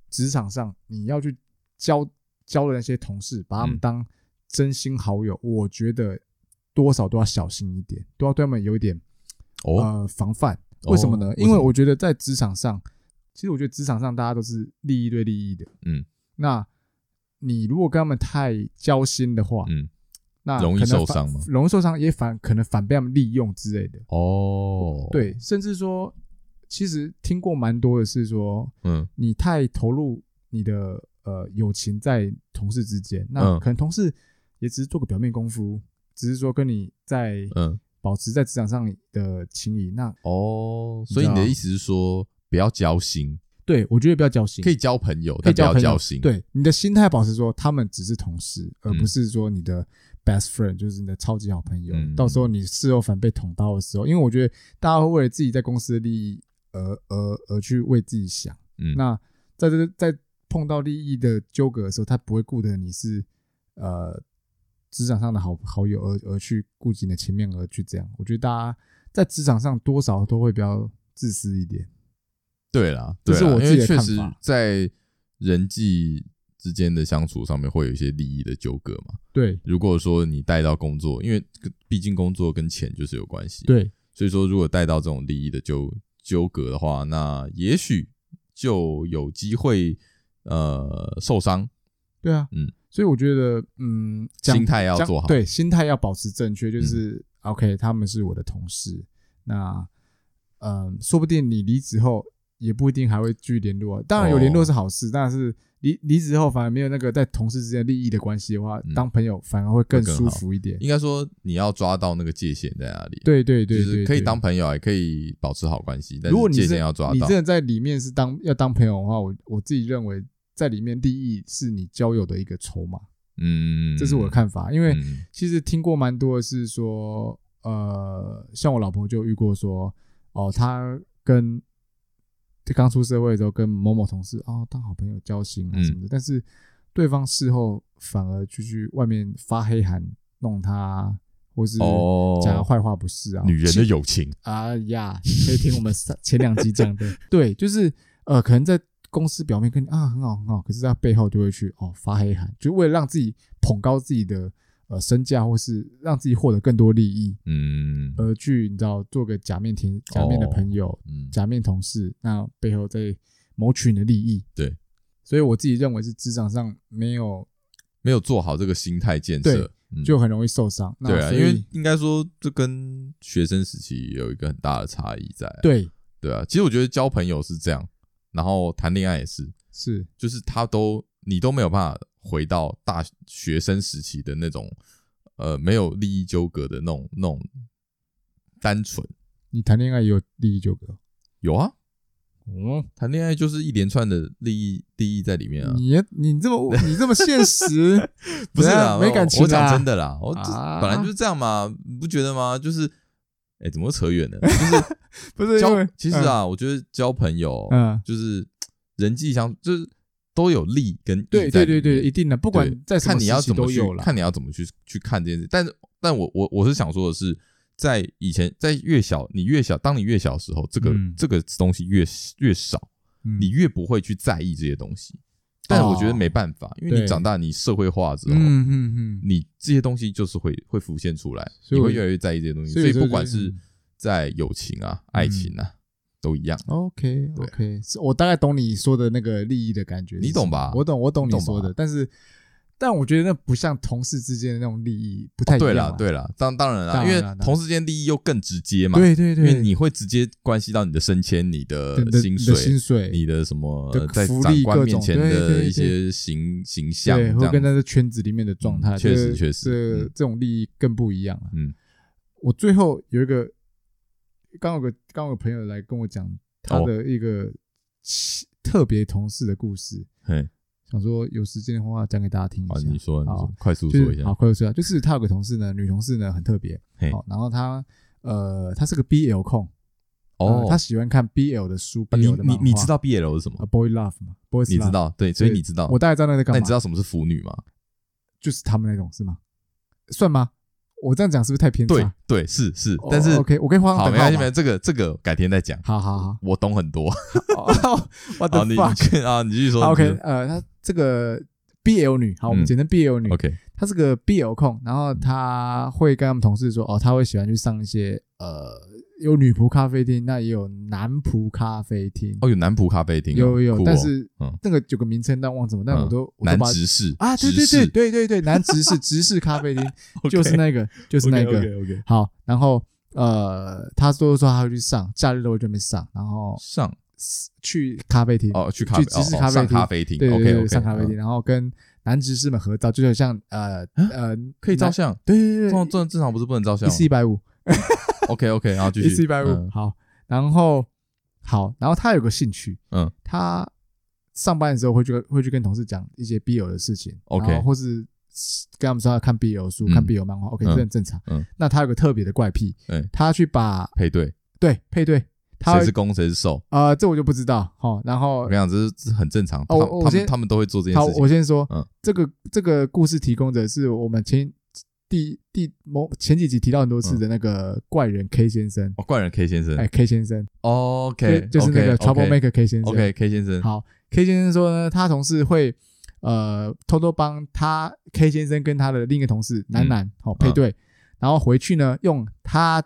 B: 职场上你要去交交的那些同事，把他们
A: 嗯
B: 当真心好友，我觉得多少都要小心一点，都要对他们有一点
A: 哦，
B: 呃防范。为什么呢？
A: 哦
B: 因
A: 为
B: 为
A: 什么
B: 我觉得在职场上，其实我觉得职场上大家都是利益对利益的。
A: 嗯，
B: 那你如果跟他们太交心的话，
A: 嗯，
B: 那
A: 容易
B: 可能
A: 受
B: 反
A: 伤吗
B: 容易受伤也反可能反被他们利用之类的。
A: 哦，，
B: 对，甚至说，其实听过蛮多的是说，
A: 嗯，
B: 你太投入你的呃友情在同事之间，那
A: 嗯
B: 可能同事也只是做个表面功夫，只是说跟你在
A: 嗯，
B: 保持在职场上的情谊。那
A: 哦，
B: 你
A: 所以
B: 知
A: 你的
B: 道啊
A: 意思是说不要交心，
B: 对我觉得不要交心，
A: 可以交朋友，
B: 嗯可以
A: 但不
B: 交
A: 要
B: 朋友
A: 交心。，
B: 对你的心态保持说，他们只是同事，而
A: 嗯
B: 不是说你的 best friend，就是你的超级好朋友。
A: 嗯
B: 到时候你事后反被捅刀的时候，因为我觉得大家会为了自己在公司的利益而而而去为自己想。
A: 嗯，
B: 那在这在碰到利益的纠葛的时候，他不会顾得你是呃职场上的好好友，而而去顾及你的情面，而去这样。我觉得大家在职场上多少都会比较自私一点。
A: 对啦，
B: 这
A: 对
B: 是
A: 啦
B: 我
A: 因
B: 自己
A: 为
B: 的
A: 确
B: 看
A: 实
B: 法
A: 在人际之间的相处上面会有一些利益的纠葛嘛。
B: 对
A: 如果说你带到工作，因为毕竟工作跟钱就是有关系，，
B: 对，
A: 所以说如果带到这种利益的纠纠葛的话，那也许就有机会呃受伤，
B: 对啊，
A: 嗯，
B: 所以我觉得，嗯，讲
A: 心态要
B: 讲
A: 做好，，嗯
B: 对，心态要保持正确，就是、OK，他们是我的同事，那嗯，说不定你离职后也不一定还会继续联络啊、当然有联络
A: 哦
B: 是好事，但是离离职后反而没有那个在同事之间利益的关系的话，
A: 嗯
B: 当朋友反而会更
A: 会更
B: 舒
A: 好
B: 服一点。
A: 应该说你要抓到那个界限在哪里，，
B: 对对对对
A: 就是可以
B: 对
A: 当朋友，也可以保持好关系，但
B: 如果
A: 是
B: 你
A: 界
B: 是
A: 限要抓
B: 你
A: 到
B: 真，的在里面是当要当朋友的话，我我自己认为在里面利益是你交友的一个筹码，
A: 嗯，
B: 这是我的看法，因为。
A: 嗯
B: 其实听过蛮多的是说，呃，像我老婆就遇过说，哦，她跟就刚出社会的时候跟某某同事哦当好朋友交心啊
A: 嗯
B: 什么的，但是对方事后反而就去外面发黑函弄他啊，或是
A: 哦，
B: 讲他坏话不是啊，
A: 女人的友情，
B: 啊呀，可以听我们上前两集讲的， 对，就是呃，可能在公司表面跟你啊很好很好，可是在背后就会去哦发黑函，就为了让自己捧高自己的呃身价，或是让自己获得更多利益，
A: 嗯
B: 而去你知道做个假面天假面的朋友、
A: 嗯，
B: 假面同事，那背后在谋取你的利益。
A: 对，
B: 所以我自己认为是职场上没有
A: 没有做好这个心态建设
B: 对，
A: 嗯
B: 就很容易受伤。那
A: 对啊，
B: 所
A: 因
B: 以
A: 为应该说这跟学生时期有一个很大的差异在啊，
B: 对
A: 对啊，其实我觉得交朋友是这样，然后谈恋爱也是，
B: 是
A: 就是他都你都没有办法回到大学生时期的那种呃没有利益纠葛的那种那种单纯。
B: 你谈恋爱也有利益纠葛，
A: 有啊，
B: 嗯，
A: 谈恋爱就是一连串的利益利益在里面啊，
B: 你你这么你这么现实，
A: 不是
B: 怎
A: 啦，
B: 样没感情啊
A: 我讲真的啦，我这
B: 啊
A: 本来就是这样嘛，你不觉得吗？就是，哎，怎么会扯远了？就是
B: 不是
A: 交
B: 因为，
A: 其实，啊，我觉得交朋友，
B: 嗯，
A: 就是人际相，就是都有利跟益
B: 对
A: 在
B: 对
A: 里
B: 对
A: 面
B: 对，一定的，不管
A: 对
B: 在什
A: 看
B: 么
A: 你要
B: 时期
A: 怎么
B: 都
A: 去
B: 有了，
A: 看你要怎么去去看这件事。但是，但我我我是想说的是，在以前，在越小，你越小，当你越小的时候，这个、
B: 嗯
A: 这个东西越越少，
B: 嗯哦
A: 你越不会去在意这些东西。但我觉得没办法，因为你
B: 对
A: 长大，你社会化之后，
B: 嗯嗯嗯，
A: 你这些东西就是会会浮现出来，
B: 所
A: 你
B: 以我
A: 会越来越在意这些东西。
B: 所
A: 所
B: 以有
A: 以
B: 时候
A: 不管
B: 就是嗯
A: 是在友情啊、爱情啊，都一样。
B: OK OK，是我大概懂你说的那个利益的感觉是什么，
A: 你懂吧
B: 我懂，我懂
A: 你
B: 你
A: 懂
B: 说
A: 吧
B: 的，但是但我觉得那不像同事之间的那种利益，不太一
A: 哦对
B: 样
A: 啦，
B: 啊。
A: 对啦，当当然啦，
B: 当然
A: 因为
B: 啦当然
A: 同事间利益又更直接嘛。
B: 对对对，
A: 因为你会直接关系到你的升迁、你的
B: 的的
A: 薪
B: 的薪
A: 水、
B: 水，
A: 你的什么
B: 的
A: 呃在
B: 福
A: 长
B: 利
A: 官
B: 各
A: 面
B: 种
A: 前
B: 对对
A: 的
B: 对
A: 一些形形象，
B: 对，
A: 这
B: 会
A: 样啊
B: 跟在这圈子里面的状态，
A: 嗯确实
B: 这
A: 确实
B: 这
A: 嗯
B: 这种利益更不一样了。
A: 嗯，
B: 我最后有一个，刚有个刚有个朋友来跟我讲他
A: 哦
B: 的一个奇特别同事的故事，
A: 嘿，
B: 想说有时间的话讲给大家听
A: 好，
B: 一下
A: 你。说，你
B: 好
A: 说，快速
B: 就
A: 说一
B: 是
A: 下
B: 好，，快速说一下，就是他有个同事呢，女同事呢很特别，
A: 嘿，
B: 好，然后她呃，她是个 BL 控，
A: 哦
B: 呃，她喜欢看 BL 的书
A: 啊你
B: ，BL 的
A: 你
B: 漫
A: 你
B: 画
A: 知道 BL 是什么
B: 呃？，boy love 嘛，boys
A: 你
B: love，
A: 知道，对，所以
B: 对
A: 你知道，
B: 我大概知道那在干嘛
A: 那你知，道什么是腐女吗？
B: 就是他们那种是吗？算吗？我这样讲是不是太偏差？
A: 对对，是是
B: 哦，
A: 但是
B: OK，我可以画上
A: 好，
B: 等
A: 没关系，
B: 号
A: 没
B: 吗
A: 关系，这个这个改天再讲，
B: 好好好
A: 我懂很多。
B: 哦，What
A: 好，
B: the
A: 你
B: fuck？
A: 你啊，你继续 说
B: 好
A: 你继
B: OK，
A: 续说
B: 呃，她这个 BL 女，好，我们
A: 嗯
B: 简称 BL 女，
A: OK，嗯
B: 她是个 BL 控，然后她会跟他们同事说，哦，她会喜欢去上一些呃，有女仆咖啡厅，那也有男仆咖啡厅，
A: 哦，有男仆咖啡厅哦，
B: 有有
A: 酷
B: 有，但
A: 哦
B: 是
A: 嗯
B: 那个有个名称，但忘什么，但我
A: 嗯
B: 都我都
A: 男
B: 把
A: 执事
B: 啊，对对对对对对，男执 事执事咖啡厅就是那个就是那个
A: OK，
B: 好，然后呃，他都说他会去上，假日都会这边上，然后
A: 上
B: 去咖啡厅
A: 哦，去咖啡，
B: 去芝士
A: 哦哦
B: 咖啡
A: 上
B: 厅
A: 咖啡厅，嗯
B: 对对
A: OK
B: 对
A: OK，
B: 上咖啡厅，然后跟男执事们合照，就是像
A: 啊
B: 呃呃，
A: 可以照
B: 男，
A: 相，
B: 对对对
A: 正
B: 对
A: 常正正常不是不能照相
B: 一次一百五，
A: ？OK OK，然后继
B: 一
A: 续
B: 次一百五，
A: 嗯
B: 好，然后好，然后他有个兴趣，
A: 嗯，
B: 他上班的时候会去会去跟同事讲一些 BL 的事情
A: OK
B: 然后或是跟他们说要看 BL 书、
A: 嗯
B: 看 BL 漫画，OK，
A: 嗯
B: 这很正常。
A: 嗯，
B: 那他有个特别的怪癖，
A: 哎
B: 他去把
A: 配对，
B: 对配对，他
A: 谁是攻谁是受？
B: 啊、呃，这我就不知道哦。然
A: 我
B: 后
A: 跟你讲，这是这是很正常，他
B: 哦我
A: 们他
B: 先
A: 们他们都会做这件
B: 好，
A: 事情
B: 我。先说，
A: 嗯
B: 这个这个故事提供者是我们前第第某前几集提到很多
A: 嗯
B: 次的那个怪人 K 先生，
A: 哦，怪人 K 先生哦
B: 哎，K 先生
A: ，OK，
B: 就就是那个 Trouble Maker K 先生。
A: OK，K 先生，
B: 好，K 先生说呢，他同事会呃偷偷帮他 K 先生跟他的另一个同
A: 嗯
B: 事男男好、哦、配对，然后回去呢用他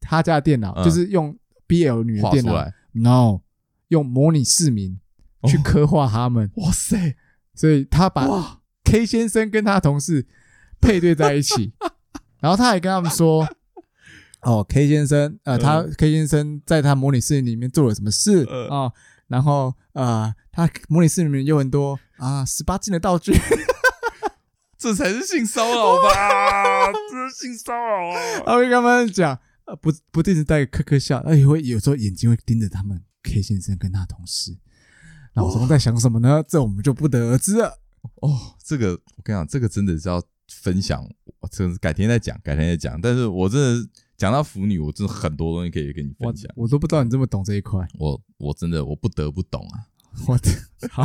B: 他家的电脑，
A: 嗯
B: 就是用 BL 女的
A: 画
B: 电
A: 出
B: 脑
A: 来，
B: ，no，用模拟市民去
A: 哦
B: 刻画他们，
A: 哇塞，
B: 所以他把 K 先生跟他同事配对在一 起，然后他还跟他们说。哦，K 先生，呃，
A: 嗯
B: 他 K 先生在他模拟室里面做了什么事啊、
A: 嗯
B: 哦然后呃，他模拟室里面有很多啊十八禁的道 具，
A: 这才是性骚扰吧？这是性骚扰啊！
B: 他会跟他们讲，呃，不不定时带个咯咯笑，而且会有时候眼睛会盯着他们 K 先生跟他同事，脑中在想什么呢？这我们就不得而知了。
A: 哦，这个我跟你讲，这个真的是要分享，我真的是改天再讲，改天再讲。但是我真的讲到腐女，我真的很多东西可以跟你
B: 我
A: 分享。
B: 我都不知道你这么懂这一块，
A: 我我真的我不得不懂啊。
B: 我好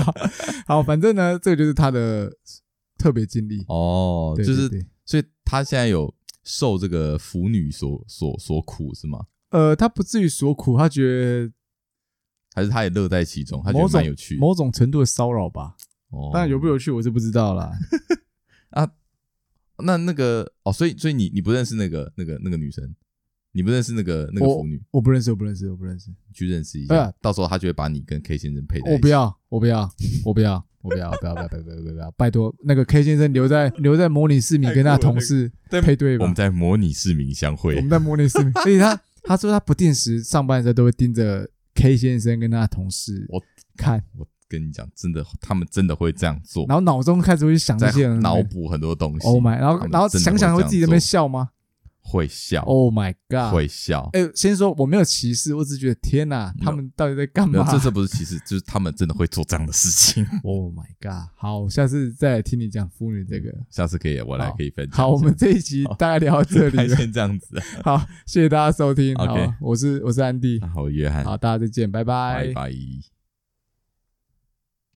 B: 好，反正呢，这个就是他的特别经历，
A: 哦，
B: 对
A: 就是
B: 对对
A: 所以他现在有受这个腐女所所所苦是吗？
B: 呃，他不至于所苦，他觉
A: 还是他也乐在其中？他
B: 得
A: 觉
B: 某
A: 得
B: 种
A: 蛮有趣的。
B: 某种程度的骚扰吧，
A: 哦
B: 当然有不有趣我是不知道啦。
A: 那那个哦，所以所以你你不认识那个那个那个女生，你不认识那个那个腐女，
B: 我不认识，我不认识，我不认识。
A: 你去认识一
B: 呃
A: 下，到时候他就会把你跟 K 先生配在一起。
B: 我不要，我不要，我不要，我不要，我不要，不要，不要，不要，不要不要，拜托，那个 K 先生留在留在模拟市民跟他同事
A: 对
B: 配对
A: 我
B: 吧
A: 们。在模拟市民相
B: 我
A: 会
B: 们在模拟市 民，而且他他说他不定时上班的时候都会盯着 K 先生跟他的同事
A: 我
B: 看，
A: 我跟你讲，真的，他们真的会这样做，
B: 然后脑中开始会去想这
A: 在
B: 些人
A: 脑补很多东西。
B: ，Oh my，然
A: 他
B: 后
A: 们
B: 然后
A: 真的
B: 想想会
A: 会这样
B: 自己在那边笑吗
A: 会笑，
B: ？Oh my god！
A: 会笑。
B: 哎，先说我没有歧视，我只是觉得天哪，他们到底在干
A: 没
B: 嘛
A: 有，这这不是歧视，就是他们真的会做这样的 事情。
B: ？Oh my god！好，下次再来听你讲妇女这个。
A: 下次可以，我来
B: 好
A: 可以分享一下。
B: 好， 我们这一集大概聊到这里
A: 还
B: 了。
A: 先这样子。
B: 好，谢谢大家收听。好
A: OK，
B: 我是我是安迪。
A: 好，约翰，
B: 好，大家再见，拜
A: 拜拜。